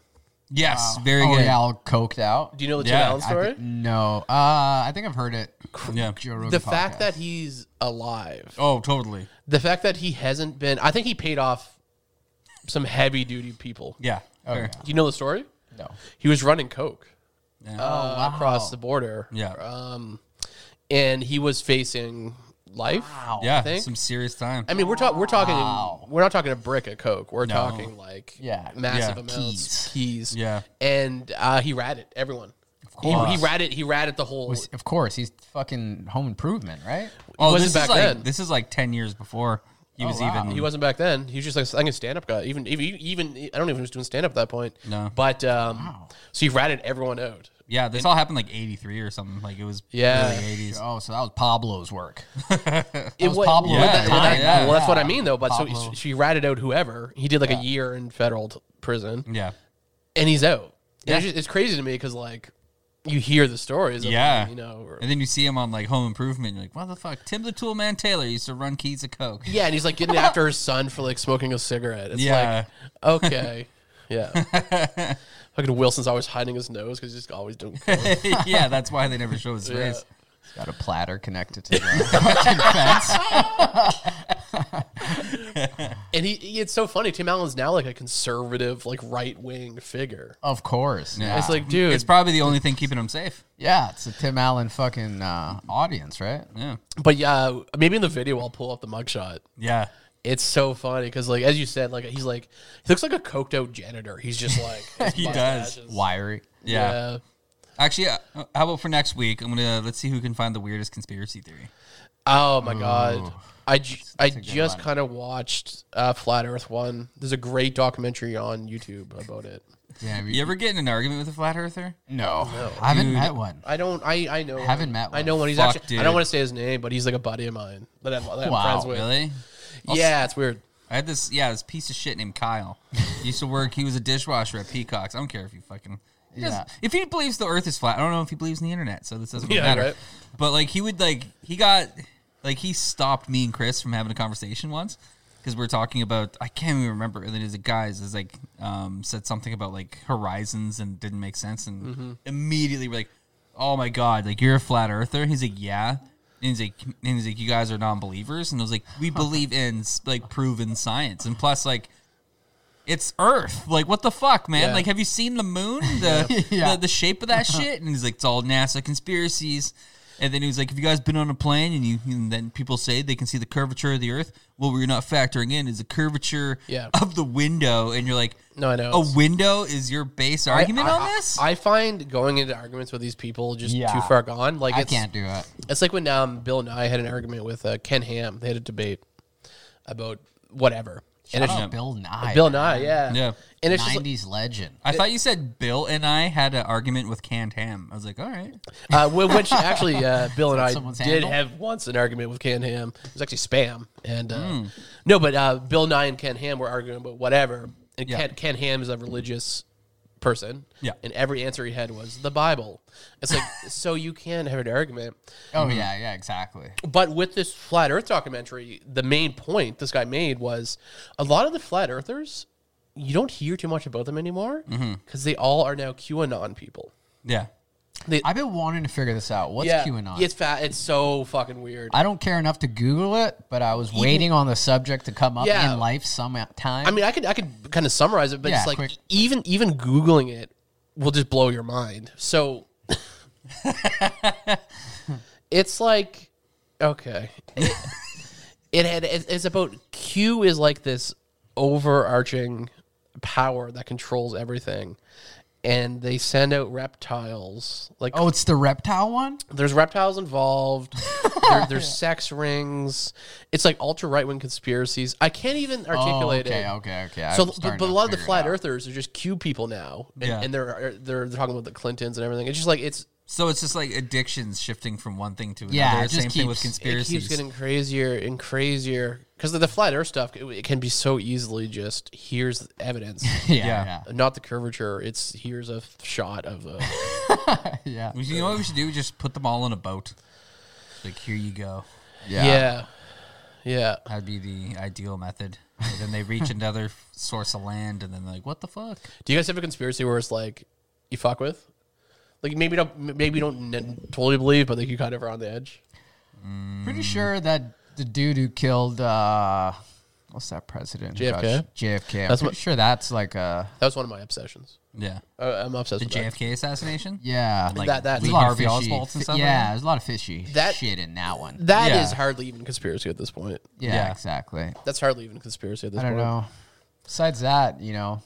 B: Yes, very
A: oh,
B: good.
A: yeah, all coked out.
C: Do you know the
B: Yeah,
C: Tim Allen
A: I
C: story?
A: thi- no, uh, I think I've heard it.
B: Yeah.
A: Joe Rogan
C: the
A: podcast.
C: fact that he's alive,
B: Oh, totally.
C: the fact that he hasn't been, I think he paid off some heavy duty people.
B: Yeah. fair.
C: Do you know the story?
A: no,
C: He was running coke
B: Yeah.
C: uh, across the border.
B: Oh, Yeah.
C: um, and he was facing life. I
B: yeah.
C: think.
B: Some serious time.
C: I mean, we're talking. We're talking. We're not talking a brick of coke. We're talking like
A: Yeah.
C: massive
B: Yeah.
C: amounts keys.
B: Yeah.
C: and uh, he ratted everyone. Of course, he, he ratted. He ratted the whole.
A: Was- of course he's fucking Home Improvement, right?
B: oh,
C: wasn't
B: this
C: back
B: is like
C: then. Oh,
B: this is like ten years before he was
A: wow.
B: even.
C: he wasn't back then. He was just like like a stand up guy. Even even even I don't even know if he was doing stand up at that point.
B: No.
C: but um, so he ratted everyone out.
B: Yeah, this all happened like '83 or something. Like it was
C: Yeah.
B: early '80s.
A: Oh, so that was Pablo's work.
C: It
A: was Pablo
C: Well,
B: at
C: that-
B: the time,
C: well, that-
B: yeah.
C: well, that's what I mean though. But so
A: Pablo.
C: he, she ratted out whoever. He did like a year in federal t- prison.
B: Yeah,
C: and he's out. And it's, just, it's crazy to me because like you hear the stories. Of,
B: Yeah.
C: you know. or-
B: and then you see him on like Home Improvement. You're like, what the fuck? Tim the Tool Man Taylor used to run keys of coke.
C: yeah, and he's like getting after his son for like smoking a cigarette. It's
B: Yeah.
C: like okay, yeah. Fucking Wilson's always hiding his nose because he's just always doing. coke.
B: yeah, that's why they never show his face.
A: He's got a platter connected to the fucking fence.
C: And he, he- it's so funny. Tim Allen's now like a conservative, like right wing figure.
A: Of course. Yeah.
C: It's like, dude,
B: It's probably the only thing keeping him safe.
A: yeah, it's a Tim Allen fucking uh, audience, right?
B: Yeah,
C: but yeah, maybe in the video I'll pull up the mugshot.
B: yeah,
C: It's so funny because, like, as you said, like he's like he looks like a coked out janitor. He's just like his
B: He
C: mustache
B: does.
C: is-
A: Wiry.
B: yeah. Actually, uh, how about for next week? I'm gonna let's see who can find the weirdest conspiracy theory.
C: Oh my god. I, ju- I just kind of watched uh, Flat Earth One. There's a great documentary on YouTube about it.
A: Yeah, have you-
B: You ever get in an argument with a flat earther?
A: no. I haven't met one.
C: I don't. I I know.
A: Haven't met
C: I
A: one.
C: know when he's
B: Fuck,
C: actually. I
B: dude.
C: don't want to say his name, but he's like a buddy of mine that I'm, that I'm
A: Wow,
C: friends with.
B: Really?
C: Yeah, it's weird.
B: I had this, yeah, this piece of shit named Kyle. He used to work. He was a dishwasher at Peacocks. I don't care if you fucking. he doesn't-
A: Yeah.
B: If he believes the Earth is flat, I don't know if he believes in the internet, so this doesn't really
C: Yeah,
B: matter.
C: right.
B: But like, he would like he got like he stopped me and Chris from having a conversation once because we were talking about I can't even remember. And then there's a guys is like um, said something about like horizons and didn't make sense, and
C: Mm-hmm.
B: immediately we're like, oh my god, like you're a flat earther. He's like, yeah. And he's like, and he's like, you guys are non-believers, and I was like, we believe in like proven science, and plus like, it's Earth. Like, what the fuck, man?
C: Yeah.
B: Like, have you seen the moon? The,
A: Yeah.
B: the the shape of that shit? And he's like, it's all NASA conspiracies. And then he was like, have you guys been on a plane? And you and then people say they can see the curvature of the Earth. Well, we're not factoring in is the curvature
C: Yeah.
B: of the window. And you're like,
C: No, I know.
B: a
C: It's-
B: window is your base argument
C: I,
B: on this?
C: I, I find going into arguments with these people just
A: Yeah.
C: too far gone. Like
A: I
C: it's,
A: can't do it.
C: It's like when um, Bill and I had an argument with uh, Ken Ham. They had a debate about whatever. and it's
A: Oh, Bill Nye.
C: Bill Nye, yeah,
B: Yeah.
C: And it's just like-
A: 90s legend.
B: I thought you said Bill and I had an argument with canned ham. I was like, all right.
C: Uh, wh- which actually, uh, Bill and I
A: someone's
C: did
A: handle?
C: have once an argument with Ken Ham. It was actually spam, and uh, no, but uh, Bill Nye and Ken Ham were arguing about whatever. And
B: Yeah.
C: Ken, Ken Ham is a religious person,
B: Yeah.
C: And every answer he had was the Bible. It's like so you can have an argument,
A: Oh, yeah, yeah, exactly.
C: but with this flat Earth documentary, the main point this guy made was a lot of the flat Earthers. You don't hear too much about them anymore because they all are now QAnon people.
B: Yeah.
A: I've been wanting to figure this out. What's QAnon?
C: it's fat. It's so fucking weird.
A: I don't care enough to Google it, but I was waiting on the subject to come up
C: Yeah.
A: in life some time.
C: I mean, I could I could kind of summarize it, but
A: Yeah,
C: it's like
A: quick.
C: even even googling it will just blow your mind. So it's like okay, it, it had it- it's about Q is like this overarching power that controls everything, and they send out reptiles. Like
A: Oh, it's the reptile one.
C: there's reptiles involved. there, there's sex rings. It's like ultra right wing conspiracies. I can't even articulate
A: oh, okay,
C: it.
A: okay, okay. I'm
C: So,
A: starting
C: but, but a
A: to
C: lot of the
A: figure it
C: flat
A: out.
C: earthers are just Q people now, and,
B: Yeah.
C: and they're, uh, they're they're talking about the Clintons and everything. It's just like it's
B: So it's just like addictions shifting from one thing to another.
A: Yeah, it
B: Same
A: just
B: thing with
A: keeps- it
C: it
B: conspiracies.
C: keeps getting crazier and crazier because the, the flat Earth stuff it, it can be so easily just here's evidence,
A: Yeah,
B: Yeah.
A: yeah,
C: not the curvature. It's here's a shot of a
A: yeah,
B: You know what we should do? Just put them all in a boat. Like here you go.
A: yeah.
C: yeah, yeah.
B: That'd be the ideal method. And then they reach another f- source of land, and then they're like, "What the fuck?"
C: Do you guys have a conspiracy where it's like you fuck with, like maybe don't maybe you don't n- totally believe, but like you kind of are on the edge.
A: Pretty sure that the dude who killed uh, what's that president? who got
C: JFK?
A: sh- JFK. I'm
C: That's
A: pretty
C: what-
A: sure that's like a
C: That was one of my obsessions.
B: Yeah.
C: Uh, I'm obsessed
B: The
C: with that.
B: JFK assassination.
A: yeah.
B: Like
C: That- that's-
B: Lee
A: There's a lot of
B: Harvey
A: fishy-
B: Oswald and
A: fi-
B: stuff. like
A: Yeah,
B: that?
A: there's a lot of fishy
C: That-
A: shit in that one.
C: That is
B: Yeah.
C: hardly even conspiracy at this point.
A: Yeah,
B: Yeah.
A: exactly.
C: That's hardly even conspiracy at this
A: I don't
C: point.
A: know. Besides that, you know,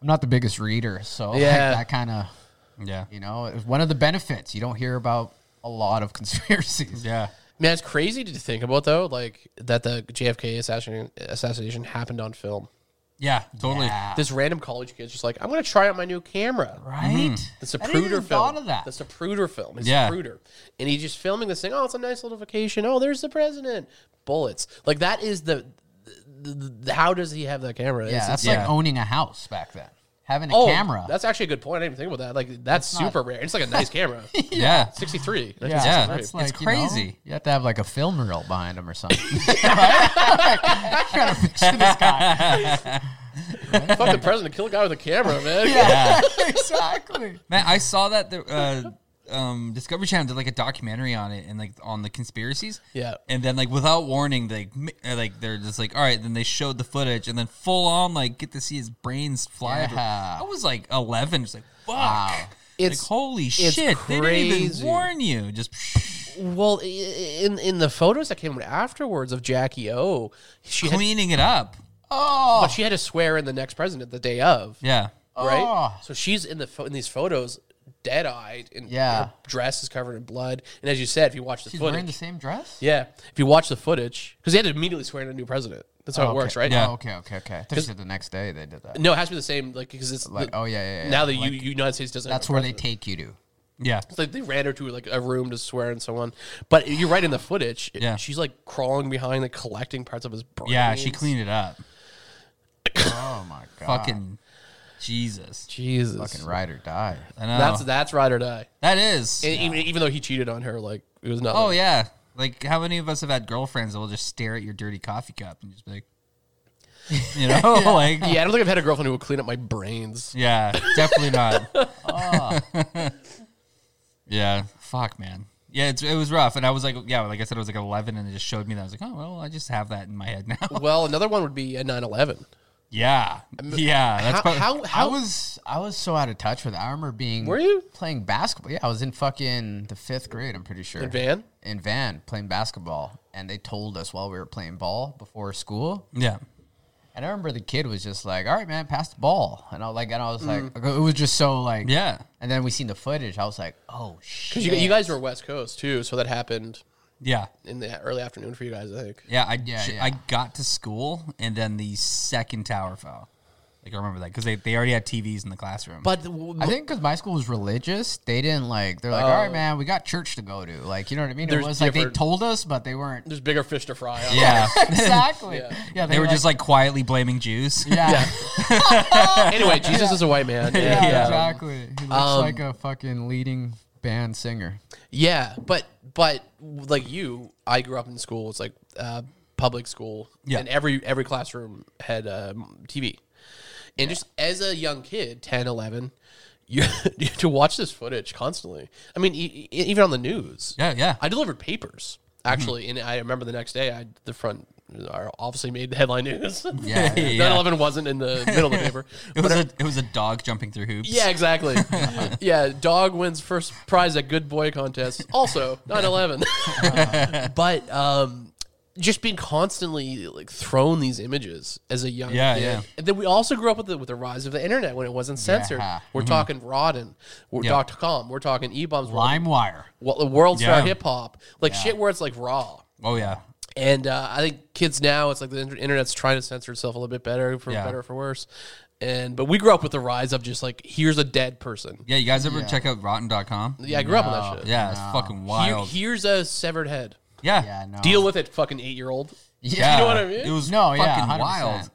A: I'm not the biggest reader, so like,
C: Yeah.
A: that kind of
B: Yeah.
A: you know it's one of the benefits. You don't hear about a lot of conspiracies.
B: Yeah.
C: Man, it's crazy to think about though, like that the JFK assassination assassination happened on film.
B: Yeah. Totally.
C: This random college kid's just like, I'm gonna try out my new camera.
A: Right?
C: That's a
A: I didn't
C: Pruder
A: even
C: film.
A: thought of that.
C: That's a Pruder film. It's
B: Yeah.
C: Pruder, and he's just filming this thing. Oh, it's a nice little vacation. Oh, there's the president. Bullets. Like that is the. the, the, the- how does he have that camera?
A: Yeah,
C: It's-
A: that's
B: Yeah.
A: like owning a house back then. Having a
C: oh,
A: camera.
C: That's actually a good point. I didn't even think about that. Like that's,
A: That's not-
C: super rare. It's like a nice camera.
B: Yeah.
C: 63.
B: Yeah.
A: that's
B: It's
A: like, you know,
B: crazy.
A: You have to have like a film reel behind him or something. right? Trying to picture this guy.
C: Fuck the president. Kill a guy with a camera, man.
A: Yeah, exactly.
B: Man, I saw that the uh, um, Discovery Channel did like a documentary on it and like on the conspiracies.
C: Yeah.
B: And then like without warning, they mi- uh, like they're just like, all right. Then they showed the footage and then full on like get to see his brains fly. everywhere.
A: Yeah.
B: I was like eleven, just like fuck.
C: It's-
B: like, holy
C: it's
B: shit! They didn't
C: crazy.
B: even warn you. Just
C: Well, i- in in the photos that came out afterwards of Jackie O, she had,
B: cleaning it up.
A: Oh,
C: but she had to swear in the next president the day of,
B: Yeah.
C: right?
A: Oh.
C: So she's in the pho- in these photos, dead eyed, and
A: Yeah.
C: her dress is covered in blood. And as you said, if you watch the
A: she's
C: footage,
A: wearing the same dress?
C: yeah, if you watch the footage, because they had to immediately swear in a new president. That's how it works, right?
A: Oh, okay, okay, okay. I thought you said the next day they did that.
C: No, it has to be the same, like because it's
A: Like,
C: the-
A: oh, yeah, yeah, yeah.
C: now the U United States doesn't.
A: That's
C: have a
A: where they
C: president.
A: take you to.
B: Yeah.
C: It's like they ran her to like a room to swear and so on. But you're right in the footage.
B: Yeah.
C: she's like crawling behind, like collecting parts of his brain.
B: Yeah. She cleaned it up.
A: Oh, my God.
B: Fucking Jesus.
C: Jesus.
A: Fucking ride or die.
B: I know.
C: That's that's ride or die.
B: that is.
C: And even, even though he cheated on her, like it was not.
B: Oh yeah. Like how many of us have had girlfriends that will just stare at your dirty coffee cup and just be like You know, like
C: yeah. I don't think I've had a girlfriend who would clean up my brains.
B: Yeah, definitely not. yeah. Fuck man. Yeah, it's, it was rough, and I was like, yeah, like I said, I was like eleven, and it just showed me that I was like, oh well, I just have that in my head now.
C: Well, another one would be a 9/11.
B: yeah, yeah, that's
C: How
B: probably,
C: how,
A: I
C: how
A: was I was so out of touch with it. I remember being
C: Were you?
A: playing basketball? Yeah, I was in fucking the fifth grade. I'm pretty sure
C: In van?
A: in van playing basketball, and they told us while we were playing ball before school.
B: yeah,
A: And I remember the kid was just like, "All right, man, pass the ball," and I like, and I was like,
C: Mm.
A: it was just so like,
B: yeah,
A: And then we seen the footage. I was like, "Oh shit!"
C: because you, you guys were West Coast too, so that happened
B: yeah,
C: in the early afternoon for you guys. I think.
B: yeah. I
A: Yeah,
B: j-
A: yeah.
B: I got to school, and then the second tower fell. Like I remember that because they, they already had TVs in the classroom.
C: But
A: I think because my school was religious, they didn't like. They're like, "All right, man, we got church to go to." Like, you know what I mean? It
C: Oh. There's
A: was like they
C: different-
A: told us, but they weren't.
C: there's bigger fish to fry. On
B: yeah,
A: exactly. Yeah,
B: they were just like quietly blaming Jews.
A: yeah.
C: Anyway, Jesus is a white man.
A: Yeah,
C: Yeah. Um,
A: exactly. He looks like a fucking leading band singer.
C: Yeah, but but like you, I grew up in school. It's like uh, public school,
B: Yeah.
C: and every every classroom had um, TV. And just as a young kid, 10, 11, you you have to watch this footage constantly. I mean, e- e- even on the news.
B: Yeah, yeah.
C: I delivered papers actually, and I remember the next day, I the front are obviously made the headline news.
B: Yeah, yeah.
C: 9/11 wasn't in the middle of the paper.
B: It was a it was a dog jumping through hoops.
C: Yeah, exactly. yeah, dog wins first prize at good boy contest. Also, 9 11. but um, just being constantly like thrown these images as a young
B: Yeah,
C: kid.
B: yeah.
C: And then we also grew up with the with the rise of the internet when it wasn't censored.
A: Yeah.
B: Mm-hmm.
C: We're talking Rodden, we're dot com, we're talking E bombs,
A: LimeWire.
C: the world star
B: Yeah.
C: hip hop, like shit where it's like raw.
B: Oh yeah.
C: And uh, I think kids now, it's like the inter- internet's trying to censor itself a little bit better, for
B: Yeah.
C: better or for worse. And but we grew up with the rise of just like here's a dead person.
B: Yeah, you guys ever check out rotten.com?
C: Yeah, I grew up on that shit.
B: Yeah, it's fucking
C: Here-
B: wild.
C: here's a severed head.
B: yeah.
A: Yeah, no.
C: Deal with it, fucking eight year old.
B: Yeah.
C: You know what I mean?
B: It was
A: No,
B: fucking
A: yeah, 100%.
B: wild.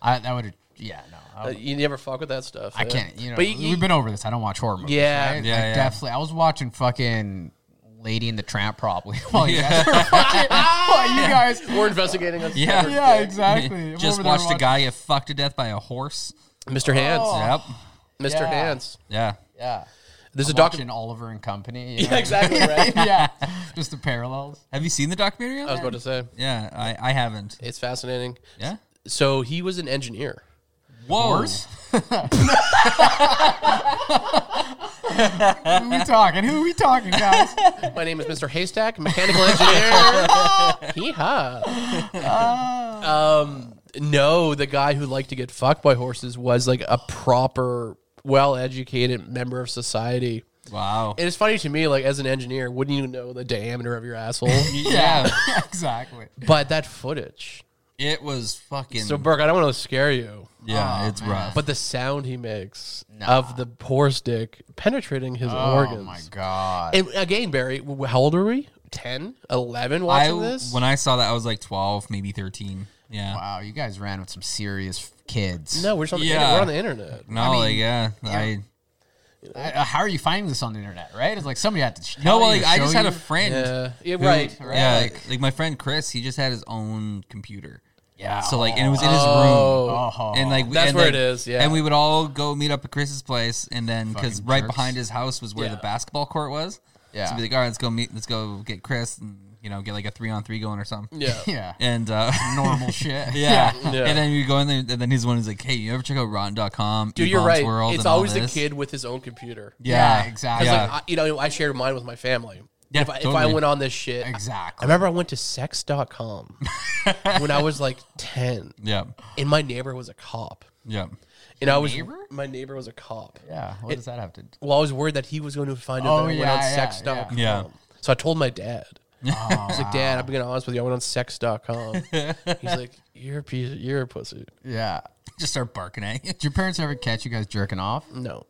A: I that would yeah, no. I,
C: Uh,
A: would-
C: you never fuck with that stuff.
A: I can't, you know.
C: But you-
A: we've been over this. I don't watch horror movies.
C: Yeah.
A: right?
B: Yeah,
A: I
B: yeah.
A: definitely. I was watching fucking Lady and the Tramp probably while you guys were watching. while you guys.
C: We're investigating on
B: Yeah.
A: Yeah, exactly. I'm
B: Just
A: over there
B: watched a
A: watching-
B: guy get fucked to death by a horse.
C: Mr. Hands.
B: Yep.
C: Mr.
A: Yeah.
C: Hands.
B: Yeah.
A: Yeah,
C: There's a
A: watching
C: document.
A: Oliver and Company.
C: Yeah, exactly right.
A: yeah, just the parallels.
B: Have you seen the documentary? On
C: I was
B: that?
C: about to say
B: Yeah, I, I haven't.
C: it's fascinating.
B: Yeah.
C: So he was an engineer.
B: Whoa.
A: Who we talking? Who we talking, guys?
C: My name is Mr. Haystack, mechanical engineer. Hee ha.
A: Oh.
C: Um, no, the guy who liked to get fucked by horses was like a proper, well-educated member of society.
B: Wow.
C: And it's funny to me, like as an engineer, wouldn't you know the diameter of your asshole?
B: yeah.
A: exactly.
C: but that footage.
B: it was fucking.
C: So Burke, I don't want to scare you.
B: yeah, it's rough.
C: But the sound he makes of the horse dick penetrating his organs.
A: Oh my god.
C: And again, Barry, w- how old are we? 10, 11
B: I
C: watching this?
B: when I saw that I was like 12, maybe 13. Yeah.
A: Wow, you guys ran with some serious kids.
C: no, we're, just on the
B: Yeah.
C: internet. we're on the internet.
B: No, like yeah, I
A: I- uh, how are you finding this on the internet? Right? It's like somebody had to. sh-
B: no,
A: tell
B: well,
A: you
B: like
A: or
B: I
A: show
B: just had
A: you.
B: a friend.
C: Yeah, yeah right. right.
B: Yeah, like, like my friend Chris, he just had his own computer.
A: Yeah.
B: So like, and it was in his room.
C: Oh,
A: Oh,
B: And like we-
C: That's
B: and,
C: where
B: like-
C: it is, yeah.
B: and we would all go meet up at Chris's place, and then because
A: Fucking
B: right
A: jerks.
B: behind his house was where the
C: Yeah.
B: basketball court was.
A: Yeah.
B: so we'd be like, all right, let's go meet, let's go get Chris, and you know, get like a three on three going or something.
C: yeah.
A: yeah.
B: And uh,
A: Normal shit.
B: Yeah.
C: Yeah.
B: And then you go in there, and then he's the one who's like, hey, you ever check out Rotten.com?
C: Dude, you're
B: Ebon's
C: right.
B: World
C: it's
B: and all
C: always the
B: this?"
C: kid with his own computer.
B: Yeah,
A: Yeah, exactly.
B: Yeah.
C: Like, I, you know, I shared mine with my family.
B: Yeah,
C: if, I, if I
B: totally.
C: went on this shit, I
A: Exactly.
C: remember I went to sex.com when I was like 10,
B: yeah.
C: and my neighbor was a cop.
B: Yeah.
C: And I was my neighbor was a cop.
A: Yeah. What does that have to? do?
C: Well, I was worried that he was going to find out
A: Oh,
C: that I went
A: yeah,
C: on
A: yeah,
C: sex.com.
B: yeah. Yeah.
C: So I told my dad. I was like, Dad, I'm being honest with you. I went on sex.com. He's like, You're a piece, you're a pussy.
A: Yeah.
B: Just start barking at you.
A: Did your parents ever catch you guys jerking off?
C: No.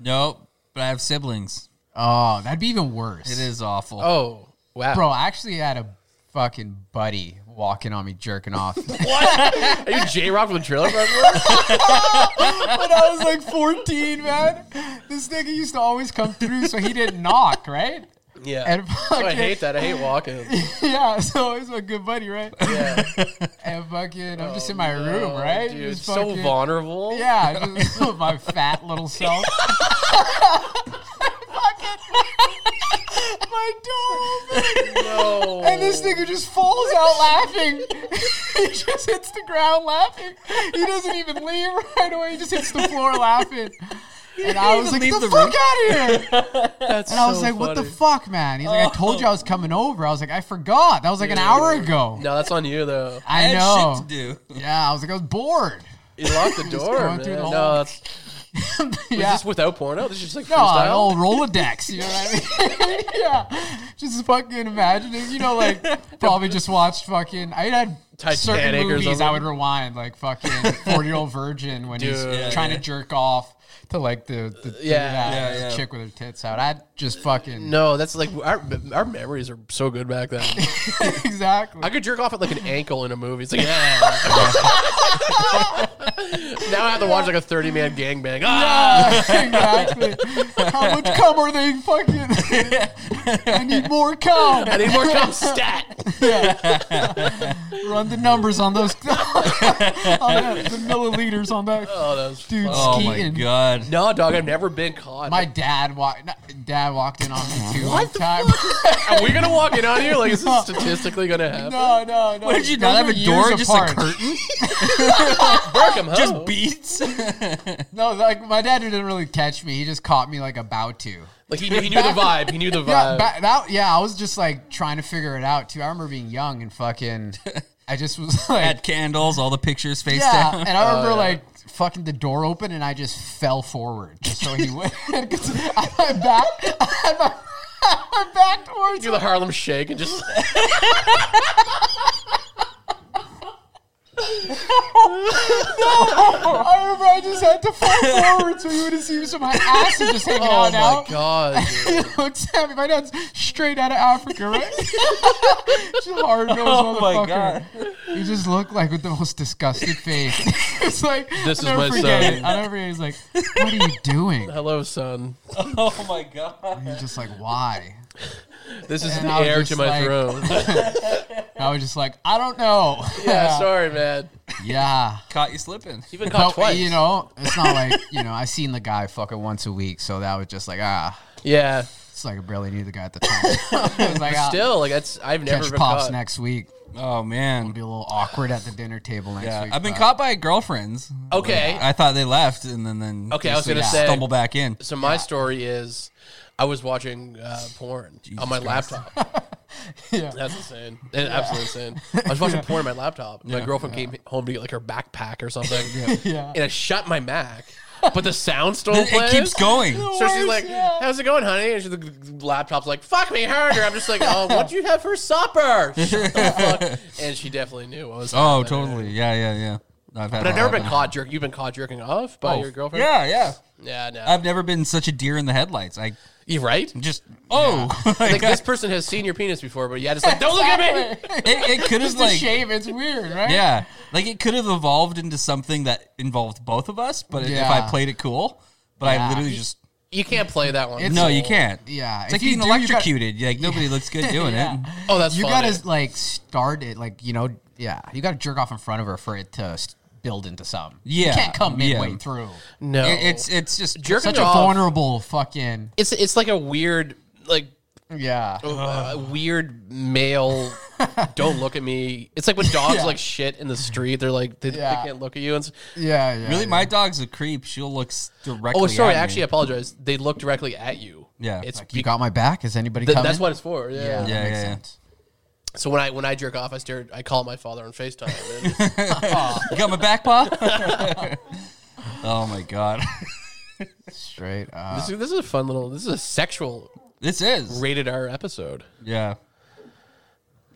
B: Nope. But I have siblings.
A: Oh, that'd be even worse.
B: It is awful.
C: Oh, wow.
A: Bro, I actually had a fucking buddy walking on me jerking off. when
C: Are you J Rock from the trailer? Park Boys?
A: I was like 14, man. This nigga used to always come through, so he didn't knock, right?
C: yeah.
A: And
C: Oh, I
A: fucking-
C: hate that. I hate walking.
A: Yeah, so he's a good buddy, right?
C: Yeah.
A: And fucking, I'm just in
C: Oh,
A: my room,
C: no,
A: right?
C: Dude,
A: Just
C: so
A: fucking-
C: vulnerable.
A: Yeah, just my fat little self. Fucking- my door open.
C: No.
A: And this nigga just falls out laughing. he just hits the ground laughing. He doesn't even leave right away. He just hits the floor laughing. And I was like,
B: leave
A: "Get the,
B: the
A: fuck out of here!"
C: That's
A: And I was like, "What the fuck, man?" He's like, "I told you I was coming over." I was like, "I forgot. That was like an hour ago."
C: No, that's on you though.
A: I,
B: had
A: know.
B: shit to do.
A: Yeah, I was like, I was bored.
C: You locked the door.
A: going
C: man.
A: through the
C: no,
A: whole-
C: that's, is
A: yeah.
C: this without porno? This is just like
A: No, an
C: freestyle.
A: old Rolodex, you know what I mean? yeah, just fucking imagining, you know, like probably just watched fucking. I had
C: Titanic or
A: certain movies I
C: something.
A: would rewind, like fucking Forty Year Old Virgin when he's
C: Dude.
A: trying to jerk off to like the, the
C: Yeah.
A: yeah,
B: Yeah, yeah.
A: chick with her tits out. I just fucking
C: No, that's like our our memories are so good back then.
A: exactly.
C: I could jerk off at like an ankle in a movie. It's like yeah. now I have to watch like a thirty man gangbang. Ah!
A: exactly. How much cum are they fucking? I need more cum.
C: I need more cum stat.
A: Run the numbers on those on that, the milliliters on that.
C: Oh, that was
A: Dude,
B: Oh my
A: Skeeton.
B: god.
C: no, dog. I've never been caught.
A: My dad walked. Dad walked in on me too
C: What
A: one
C: the
A: time.
C: Are we gonna walk in on you? Like, is this statistically gonna happen?
A: no, no, no.
B: What did you not have
A: Those
B: a
A: were
B: door?
A: years
B: Just a
A: apart.
B: curtain?
C: Burke, I'm
B: Just
C: home.
B: beats?
A: No, like my dad didn't really catch me. He just caught me like about to.
C: Like he knew, he knew the vibe. He knew the
A: Yeah,
B: Uh,
C: vibe.
A: ba- that, yeah, I was just like trying to figure it out too. I remember being young and fucking. I just was like,
B: Had candles, all the pictures face
A: yeah,
B: down. Oh,
A: and I remember like fucking the door open and I just fell forward just so he would. 'Cause I had my back, I had my, my back towards
C: do
A: him.
C: the Harlem Shake and just
A: Oh, I remember I just had to fall forward so he would have seen some my ass is just hanging
C: oh
A: out now.
C: my god, dude.
A: He looks at me. My dad's straight out of Africa, right? She's a hard nosed
B: Oh my
A: motherfucker. He just looked like with the most disgusted face. it's like
C: This is
A: I'll never
C: my
A: forget
C: son.
A: it. I never forget. it. He's like, "What are you doing?"
C: hello son.
B: oh my god.
A: He's just like, "Why?"
C: This is
A: And
C: the
A: I was
C: heir to
A: just
C: my
A: like-
C: throne.
A: And I was just like, "I don't know."
C: yeah, sorry, man.
A: yeah.
B: Caught you slipping.
C: You've been caught
A: But
C: twice.
A: you know, it's not like you know. I seen the guy fucking once a week, so that was just like ah.
C: yeah.
A: It's like I barely knew the guy at the time. it was like, ah,
C: Still, like that's I've never
A: catch
C: been
A: pops
C: caught.
A: next week.
B: Oh man.
A: Be a little awkward at the dinner table next
B: Yeah,
A: week.
B: I've been
A: but-
B: caught by girlfriends.
C: Okay.
B: I thought they left, and then then
C: Okay, I was
B: just, like,
C: gonna say-
B: stumble back in.
C: So my story is, I was watching uh, porn on my laptop.
A: Yeah.
C: That's insane. And Absolutely insane. I was watching porn on my laptop. My girlfriend came home to get like her backpack or something,
A: Yeah.
C: and I shut my Mac, but the sound still
B: It, it
C: plays.
B: keeps going.
C: So she's like, "How's it going, honey?" And she, the laptop's like, "Fuck me harder." I'm just like, "Oh, what'd you have for supper?" Shut the fuck. And she definitely knew what was.
B: Oh,
C: happening.
B: totally. Yeah, yeah, yeah. No, I've had
C: uh, But
B: that
C: I've never been
B: happen. Oh.
C: caught jerk. You've been caught jerking off by your girlfriend.
B: Yeah, yeah.
C: yeah, no.
B: I've never been such a deer in the headlights. I
C: you right?
B: just oh,
C: Like
B: Like,
C: this person has seen your penis before, but yeah, just like don't look at me.
B: it, it could have
A: It's a
B: like
A: shame. It's weird, right?
B: yeah, like it could have evolved into something that involved both of us. But if
A: Yeah.
B: I played it cool, but I
A: Yeah.
B: literally just
C: You can't play that one.
A: It's-
B: no, you can't.
A: Yeah,
B: it's
A: if
B: like
A: you
B: being
A: do, you gotta-
B: electrocuted. like nobody looks good doing it.
C: oh, that's
A: You
C: funny.
A: gotta like start it, like you know, yeah. You gotta jerk off in front of her for it to s- build into something. you
B: Yeah,
A: can't come
B: yeah.
A: midway through.
C: no.
B: It- it's it's just
C: jerking
A: Such a
C: off.
A: vulnerable fucking.
C: It's it's like a weird like
A: Yeah,
B: Oh,
C: uh, weird male. don't look at me. It's like when dogs
A: Yeah.
C: like shit in the street. They're like they, they
A: Yeah.
C: can't look at you. And it's,
A: yeah, yeah.
B: Really, my dog's a creep. She'll look s- directly.
C: oh, sorry.
B: at me.
C: Actually, I apologize. They look directly at you.
B: Yeah.
C: it's
A: Like, you
C: be-
A: got my back. Is anybody
C: th-
A: coming?
C: that's what it's for. Yeah.
A: Yeah,
B: Yeah,
A: that makes
B: yeah, yeah.
A: sense.
C: So when I when I jerk off, I stare. I call my father on Facetime. And it's-
B: you got my back paw. oh my god,
A: Straight up.
C: this, is- this is a fun little. This is a sexual
B: this is
C: rated R episode.
B: yeah.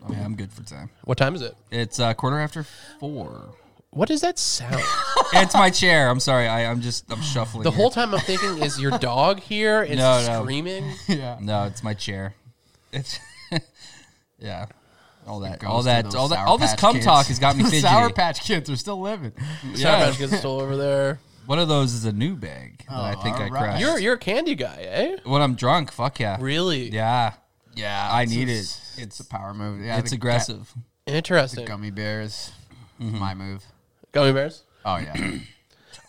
B: Oh, yeah, I'm good for time.
C: What time is it?
B: It's uh, quarter after four.
C: What does that sound?
B: it's my chair. I'm sorry. I, I'm just I'm shuffling.
C: The
B: here.
C: whole time I'm thinking, is your dog here? Is
B: No,
C: he
B: no.
C: screaming?
A: yeah.
B: No, it's my chair. It's yeah. All that,
A: Goes
B: all
A: to
B: that,
A: those
B: all that,
A: Sour
B: all this
A: Patch
B: cum
A: Kids.
B: talk has got me
A: The
B: fidgety.
A: Sour Patch Kids are still living.
C: Sour
B: yeah.
C: Patch Kids is still over there.
B: One of those is a new bag that I
A: Oh,
B: think I
A: alright.
B: crashed.
C: You're you're a candy guy, eh?
B: when I'm drunk, fuck yeah,
C: Really?
B: yeah,
A: Yeah,
B: I
A: it's
B: need
A: a-
B: it.
A: It's a power move. Yeah,
B: it's
A: the gu-
B: aggressive. Mm-hmm.
C: Interesting.
A: Gummy bears. My move.
C: Gummy bears.
A: Oh yeah.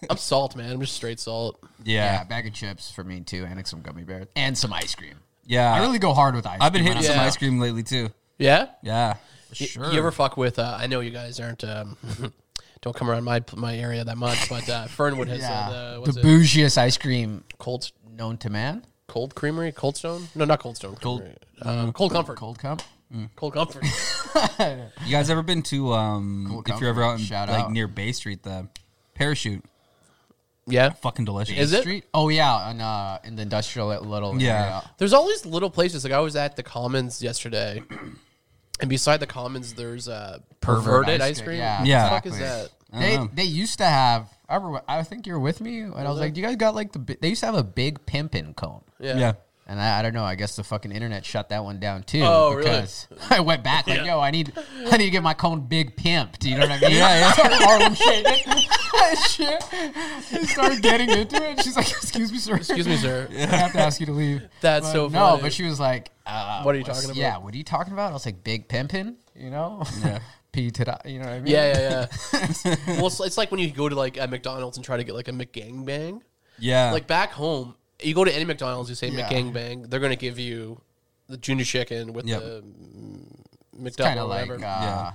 C: I'm salt, man. I'm just straight salt.
A: Yeah, a
B: yeah,
A: bag of chips for me too, and some gummy bears and some ice cream.
B: yeah.
A: I really go hard with ice.
B: I've been
A: cream
B: hitting
A: when
B: some
C: Yeah.
B: ice cream lately too.
C: Yeah.
B: Yeah,
C: Y-
B: sure.
C: You ever fuck with? Uh, I know you guys aren't. Um, don't come around my my area that much, but uh, Fernwood has
A: I'm- Yeah,
C: uh, the, what's
A: the
C: it?
A: bougiest ice cream
C: Cold
A: known to man.
C: Cold Creamery, Cold Stone? No, not Cold Stone. Cold, um, cold Comfort. Cold,
A: Cold cup.
C: Comfort.
B: you guys ever been to um?
A: Cool
B: if you're ever
A: comfort.
B: out in
A: Shout
B: like
A: out.
B: near Bay Street, the parachute,
C: yeah.
B: fucking delicious.
C: Is it?
A: Street. Oh yeah, on, uh, in the industrial little.
B: Yeah.
A: area.
C: There's all these little places. Like I was at the Commons yesterday, and beside the Commons, there's uh, perverted ice cream.
A: Yeah.
B: Yeah.
C: What the fuck is that?
A: exactly.
B: I
A: They,
B: don't know.
A: they used to have. I, remember, I think you were with me, and I was like, "You guys got like the." bi- They used to have a big pimpin cone,
C: Yeah.
B: yeah.
A: and I, I don't know. I guess the fucking internet shut that one down too.
C: Oh, really?
A: really? I went back like, "Yo, I need, I need to get my cone big pimped." You know what I mean?
B: Yeah, yeah.
A: Started Harlem shaking. Shit. I started getting into it. She's like, "Excuse me, sir.
C: Excuse me, sir.
A: I have to ask you to leave."
C: That's
A: But
C: so
A: no,
C: funny.
A: but she was like, uh,
C: What are you
A: what's-
C: talking about?
A: Yeah, what are you talking about? I was like, "Big pimpin," you know? Yeah. P to the- you know what I mean?
C: Yeah, yeah, yeah. well, it's, it's like when you go to like at McDonald's and try to get like a McGangbang.
B: Yeah.
C: Like back home, you go to any McDonald's, you say
A: Yeah.
C: McGangbang, they're gonna give you the junior chicken with
B: Yep.
C: the mm, McDouble,
A: kind of
C: or
A: like
C: whatever.
A: uh,
B: Yeah.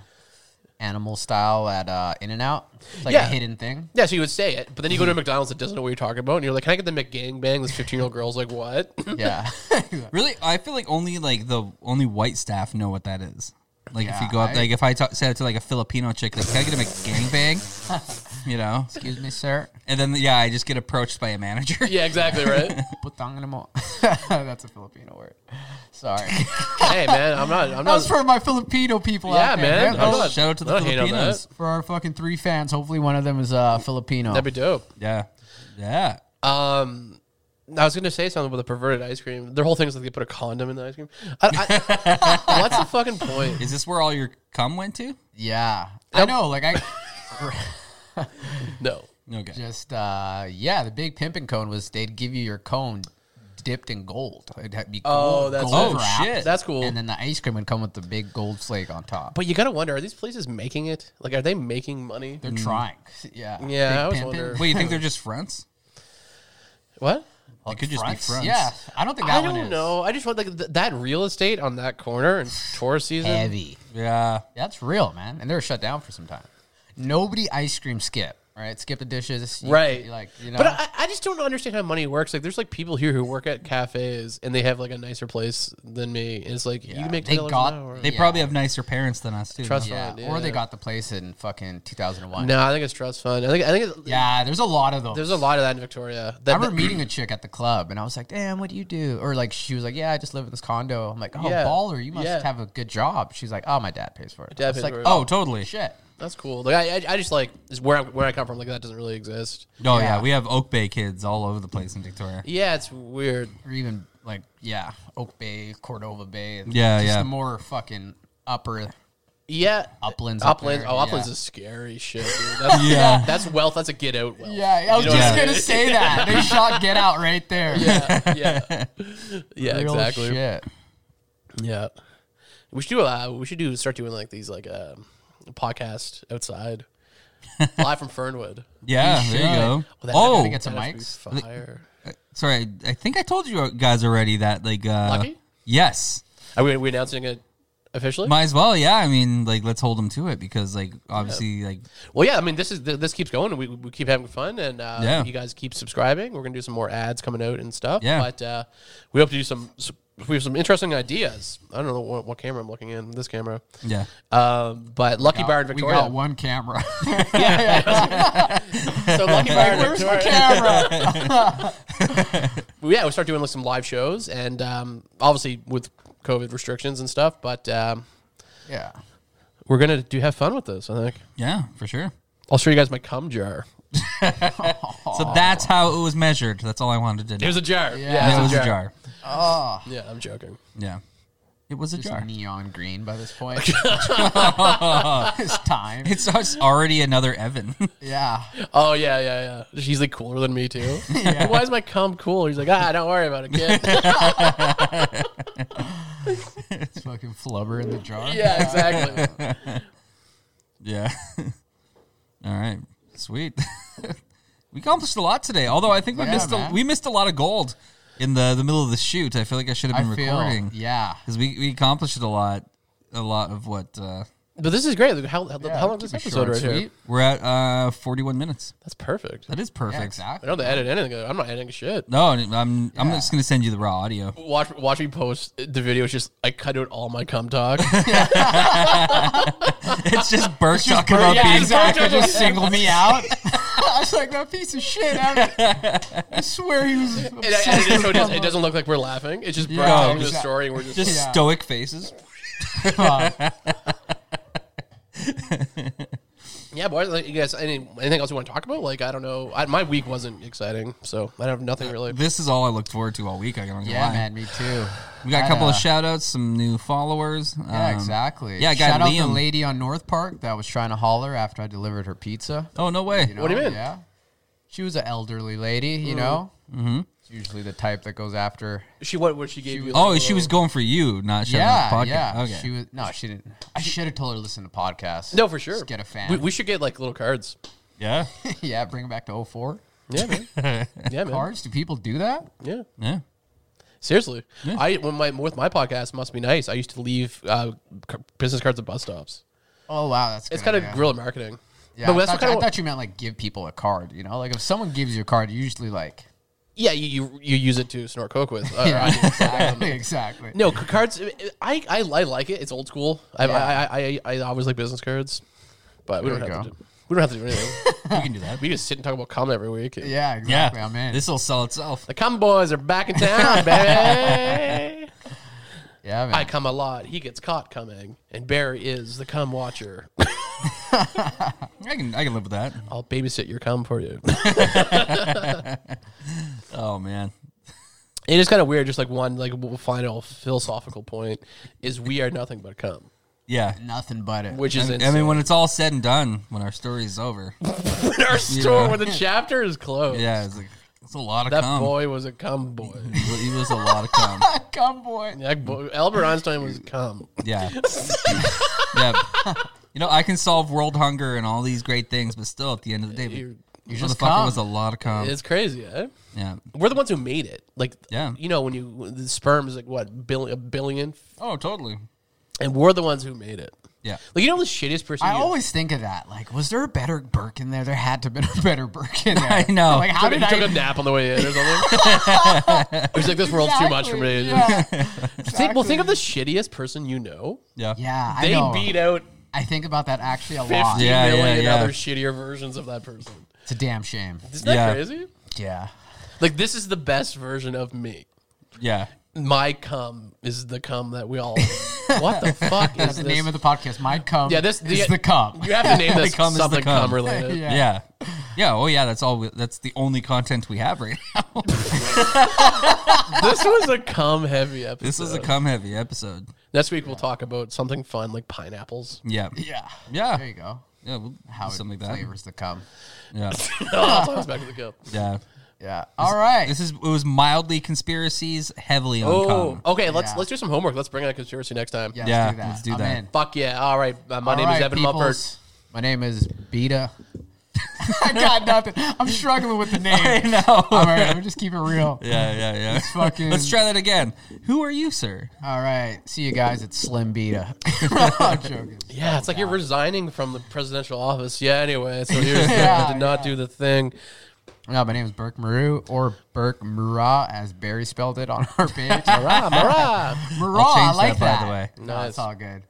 A: animal style at uh, In and Out. It's like
C: Yeah.
A: a hidden thing.
C: Yeah, so you would say it, but then you go to a McDonald's that doesn't know what you're talking about, and you're like, "Can I get the McGangbang?" This 15 year old girl's like, "What?"
A: Yeah.
B: Really, I feel like only like the only white staff know what that is. Like if
A: Yeah,
B: you go up,
A: I-
B: like if I talk, said it to like a Filipino chick, like can I get a McGangbang? you know,
A: Excuse me, sir.
B: and then yeah, I just get approached by a manager.
C: yeah, exactly right.
A: Putang na mo. That's a Filipino word. Sorry.
C: hey, man, I'm not. I'm
A: that was
C: not.
A: for my Filipino people.
C: Yeah,
A: out there.
C: man.
A: They're
C: I'm
A: those-
C: not-
B: Shout out to the
C: not hating on that.
B: Filipinos.
A: for our fucking three fans. Hopefully, one of them is uh, Filipino.
C: That'd be dope.
B: Yeah, yeah.
C: Um, I was gonna say something about the perverted ice cream. Their whole thing is like they put a condom in the ice cream. I, I, what's the fucking point?
B: Is this where all your cum went to?
A: yeah, I know. Like I
C: No.
B: Okay.
A: just uh, yeah, the big pimping cone was they'd give you your cone dipped in gold. It'd ha- be
C: Oh,
A: gold,
C: that's
A: gold
B: it. Oh,
A: wrapped,
B: shit.
C: That's cool.
A: And then the ice cream would come with the big gold flake on top.
C: But you gotta wonder: Are these places making it? Like, are they making money?
A: They're trying. Yeah.
C: mm. Yeah, I always
A: pimpin'.
C: wonder.
B: Wait, you think they're just fronts?
C: What?
B: It could just be
A: Fronts?
B: fronts.
A: Yeah, I don't think that
C: I
A: one
C: don't
A: is
C: know. I just want like th- that real estate on that corner in tourist season.
A: heavy.
B: Yeah.
A: That's real, man. And they were shut down for some time. Nobody ice cream skip. Right, skip the dishes. You-
C: Right.
A: you like you know.
C: But I, I just don't understand how money works. Like, there's like people here who work at cafes and they have like a nicer place than me. And it's like you make
A: They
C: ten dollars an
A: got-
C: hour.
B: They
A: Yeah.
B: probably have nicer parents than us too.
C: Trust
B: no?
A: yeah,
C: fund,
A: or they
C: yeah.
A: got the place in fucking 2001.
C: no, I think it's trust fund. I think I think it's,
A: Yeah, there's a lot of those.
C: there's a lot of that in Victoria.
A: I
C: That,
A: remember
C: that-
A: meeting a chick at the club, and I was like, "Damn, what do you do?" Or like, she was like, "Yeah, I just live in this condo." I'm like, "Oh,
C: Yeah.
A: baller, you must
C: Yeah.
A: have a good job." She's like, "Oh, my dad pays for it."
C: Dad
A: I was
C: pays
A: like,
C: for it.
A: "Oh
B: Oh, totally.
A: shit,
C: that's cool. Like I, I, I just like is where I, where I come from. Like that doesn't really exist.
B: No,
A: Yeah.
B: Oh, yeah. we have Oak Bay kids all over the place in Victoria.
C: Yeah, it's weird.
A: or even like, yeah, Oak Bay, Cordova Bay, and
B: Yeah,
A: just
B: yeah.
A: the more fucking upper.
C: Yeah,
A: Uplands up
C: uplands.
A: there,
C: oh, uplands
A: yeah.
C: is scary shit. Dude. That's,
B: Yeah.
C: that's wealth. That's a get out wealth.
A: Yeah, I was
C: You know
A: just
C: what I
A: gonna say that they shot Get Out right there.
C: Yeah, yeah, yeah.
A: Real
C: exactly.
A: Shit.
C: Yeah, we should do. Uh, we should do start doing like these like um, podcast outside, live from Fernwood.
B: Yeah, there you go.
C: that- I
B: oh,
A: think it's a
C: That'd
A: mics?
C: be Fire.
B: sorry. I I think I told you guys already that like uh
C: Lucky?
B: Yes.
C: Are we, are we announcing it officially?
B: Might as well. Yeah, I mean, like let's hold them to it because like obviously like
C: well, yeah. I mean, this is th- this keeps going. We, we keep having fun, and uh,
B: Yeah.
C: you guys keep subscribing. We're gonna do some more ads coming out and stuff.
B: Yeah.
C: But uh, we hope to do some. s we have some interesting ideas. I don't know what, what camera I'm looking in. This camera,
B: yeah.
C: um, but Lucky Bar in
A: we
C: Victoria.
A: got one camera.
C: So Lucky Bar in Victoria.
A: camera.
C: Well, yeah, we start doing like some live shows, and um, obviously with COVID restrictions and stuff, but um,
A: yeah.
C: we're gonna do have fun with this. I think
B: Yeah, for sure.
C: I'll show you guys my cum jar.
B: So that's how it was measured. That's all I wanted to know.
C: There's a jar. Yeah,
B: Yeah,
C: it's
B: it was a jar.
C: Yeah, I'm joking.
B: Yeah. It was
A: Oh.
B: a
A: Just
B: jar.
A: neon green by this point. it's time.
B: It's us already another Evan.
A: Yeah.
C: Oh yeah, yeah, yeah. She's like cooler than me too. Why is my cum cool? He's like, ah, don't worry about it, kid.
A: It's fucking flubber in the jar.
C: yeah, exactly.
B: yeah. all right. Sweet. we accomplished a lot today. Although I think we
A: Yeah,
B: missed a,
A: man.
B: we missed a lot of gold in the the middle of the shoot. I feel like I should
A: I
B: have been
A: feel.
B: recording.
A: Yeah.
B: because we, we accomplished a lot a lot of what uh,
C: But this is great. Look, how how, how long is this
A: keep it
C: episode
A: short,
C: right here?
A: sweet.
B: we're at uh, 41 minutes
C: That's perfect.
B: that is perfect
A: Yeah,
C: I
A: exactly.
C: don't have to edit anything. I'm not editing shit.
B: no i'm i'm just gonna send you the raw audio
C: Watch, watch me post the video. It's just I cut out all my cum talk.
B: it's just Burke talking about
A: yeah,
B: being
A: exactly. Just single me out. I was like, that piece of shit. I, I swear he was.
C: And I edited it so it, does, it doesn't look like we're laughing. It's just Brett telling the
B: just-
C: story. And we're just,
B: just
A: Yeah.
B: stoic faces
C: yeah, boys. Like, you guys, any, anything else you want to talk about? Like, I don't know. I, my week wasn't exciting, so I have nothing really.
B: this is all i looked forward to all week i'm not gonna
A: Yeah,
B: lie.
A: man, me too.
B: we got a couple of
A: Yeah.
B: shout outs some new followers
A: Yeah,
B: um,
A: exactly.
B: yeah, I got
A: Shout out the
B: Liam.
A: lady on North Park that was trying to holler after I delivered her pizza.
B: oh no way
A: You know,
C: What do you mean?
A: Yeah. She was an elderly lady, you know? Mm-hmm. Usually the type that goes after
C: She what? What she gave you?
B: oh she was going for you not shouting out the podcast
A: yeah.
B: okay
A: She was no, she didn't. I should have told her to listen to podcasts.
C: no, for sure.
A: Just get a fan.
C: We, we should get like little cards.
B: yeah
A: yeah, bring it back to 04.
C: Yeah, man. yeah, man.
A: Cards? Do people do that?
C: Yeah.
B: yeah
C: Seriously, I when my with my podcast must be nice. I used to leave uh, c- business cards at bus stops.
A: Oh wow, that's a
C: It's
A: good
C: kind of
A: idea.
C: guerrilla marketing.
A: Yeah,
C: but
A: I,
C: that's
A: thought,
C: what kind
A: I
C: of
A: thought you meant like give people a card. You know, like if someone gives you a card, you usually like
C: yeah you, you you use it to snort coke with. Uh,
A: yeah,
C: I-
A: exactly, exactly.
C: no c- cards. I, I I like it. It's old school. I I, I, I I always like business cards, but we
A: There
C: don't
A: you
C: have
A: go.
C: to. Do, we don't have to do anything.
B: You can do that.
C: we just sit and talk about common every week.
A: Yeah,
B: Yeah,
A: exactly. I'm in.
B: This will sell itself.
C: The cum boys are back in town, baby.
A: yeah, man.
C: I come a lot. He gets caught coming, and Barry is the cum watcher.
B: I can I can live with that.
C: I'll babysit your cum for you.
B: Oh man,
C: it is kind of weird. Just like one like w- final philosophical point is we are nothing but cum,
B: yeah.
A: Nothing but it.
C: which is
B: I, I
C: insane.
B: mean, when it's all said and done, when our story is over,
C: our store
B: know.
C: when the chapter is closed.
B: yeah, it's like it's a lot of
C: that
B: cum.
C: boy was a cum boy.
B: He was- he was a lot of cum.
A: Come boy.
C: That boy, Albert Einstein was cum.
B: Yeah. yeah. You know, I can solve world hunger and all these great things, but still, at the end of the day,
C: You're-
B: you
A: just cum.
B: was a lot of cum.
C: It's crazy, eh?
B: yeah.
C: We're the ones who made it. Like,
B: Yeah.
C: you know, when you when the sperm is like what billion, a billion,
B: Oh, totally.
C: and we're the ones who made it.
B: Yeah.
C: Like, you know, the shittiest person.
A: I
C: you-
A: always think of that. Like, was there a better Burke in there? There had to have been a better Burke in there.
B: I know.
A: Like, how
C: took,
A: did
C: he
A: I?
C: took a nap on the way in or something. He's like, this world's too much for me.
A: Exactly, Yeah,
C: Think, well, think of the shittiest person you know.
B: Yeah.
A: yeah I
C: They
A: know.
C: beat out
A: I think about that actually a
C: 50
A: lot.
B: Yeah.
C: million
B: yeah.
C: other shittier versions of that person.
A: It's a damn shame.
C: Isn't that
B: Yeah.
C: crazy?
A: Yeah.
C: Like, this is the best version of me.
B: Yeah.
C: My cum is the cum that we all. what the fuck is
A: That's the
C: this?
A: name of the podcast. My cum.
C: Yeah, this-
A: is
C: the-
A: the cum.
C: you have to name this
B: cum is the
C: something
B: cum.
C: cum related.
A: Yeah.
B: Yeah. Yeah. Oh, yeah. That's all. We, that's the only content we have right now.
C: This was a cum heavy episode.
B: This is a cum heavy episode.
C: Next week we'll talk about something fun like pineapples.
B: Yeah.
A: Yeah.
B: Yeah.
A: There you go.
B: Yeah. We'll
A: How
B: How
A: it
B: something like that.
A: flavors the cum.
B: Yeah.
C: oh, it's back to the cum.
B: Yeah.
A: Yeah. All right.
B: This is it was mildly conspiracies, heavily on
C: Oh,
B: cum.
C: okay. Let's
A: Yeah.
C: let's do some homework. Let's bring out conspiracy next time.
A: yeah,
B: yeah,
A: Let's do that.
B: let's do
A: I'm
B: that.
A: in.
C: Fuck yeah! All right, uh, my name
A: All
C: is
A: right,
C: Evan
A: peoples.
C: Mumford.
A: My name is Beta. I got nothing. I'm struggling with the name.
B: I know.
A: All right, let me just keep it real.
B: Yeah, yeah, yeah. Let's
A: fucking-
B: Let's try that again. Who are you, sir?
A: All right, see you guys. It's Slim Beta. I'm joking.
C: Yeah, it's like you're resigning from the presidential office. Yeah. Anyway, so here's the,
A: Yeah,
C: I did not do the thing.
A: No, my name is Burke Maru or Burke Murrah, as Barry spelled it on our page.
C: Marah, marah.
A: Murrah,
B: I'll
A: I
B: change
A: like
B: that, by
A: that.
B: the way.
A: No, it's
C: Nice.
A: all good.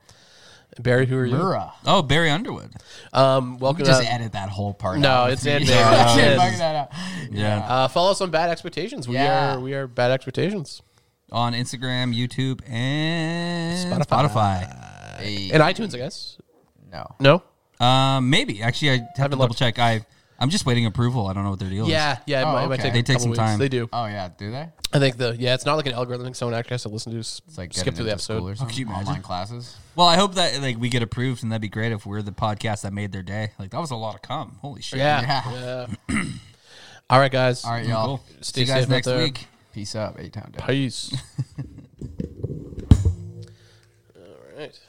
C: Barry, who are you?
A: Murrah.
B: Oh, Barry Underwood.
C: Um, welcome.
A: Just
C: to-
A: edit that whole part.
C: no,
A: out.
C: it's it.
A: Yeah, that's it.
C: David.
A: Fuck that out.
B: Yeah.
C: Uh, follow us on Bad Expectations. We
A: Yeah.
C: are we are Bad Expectations
B: On Instagram, YouTube, and
A: Spotify.
B: Spotify.
A: Hey,
C: and iTunes, I guess.
A: no.
C: No.
B: Um, maybe actually, I have to
C: Haven't
B: double
C: looked.
B: check. I I'm just waiting approval. I don't know what their deal
C: Yeah, yeah. It
A: Oh,
C: might, it might
A: okay.
C: take
A: They
C: a
B: take
C: couple
B: some
C: weeks.
B: time.
C: They do.
A: Oh yeah, do they?
C: I think the yeah, it's not like an algorithm. I think someone actually has to listen to. s-
A: It's like
C: skip
A: getting
C: through the
A: into school
C: episode.
A: or something.
B: you imagine?
A: Online classes.
B: is. Well, I hope that like we get approved, and that'd be great if we're the podcast that made their day. Like that was a lot of cum. Holy shit.
C: Yeah.
A: Yeah.
C: yeah. All right, guys.
A: All right, y'all.
B: Mm, Cool.
C: Stay
B: See you guys
C: safe out
B: next
C: there.
B: week.
A: Peace out, A Town.
C: Peace. All right.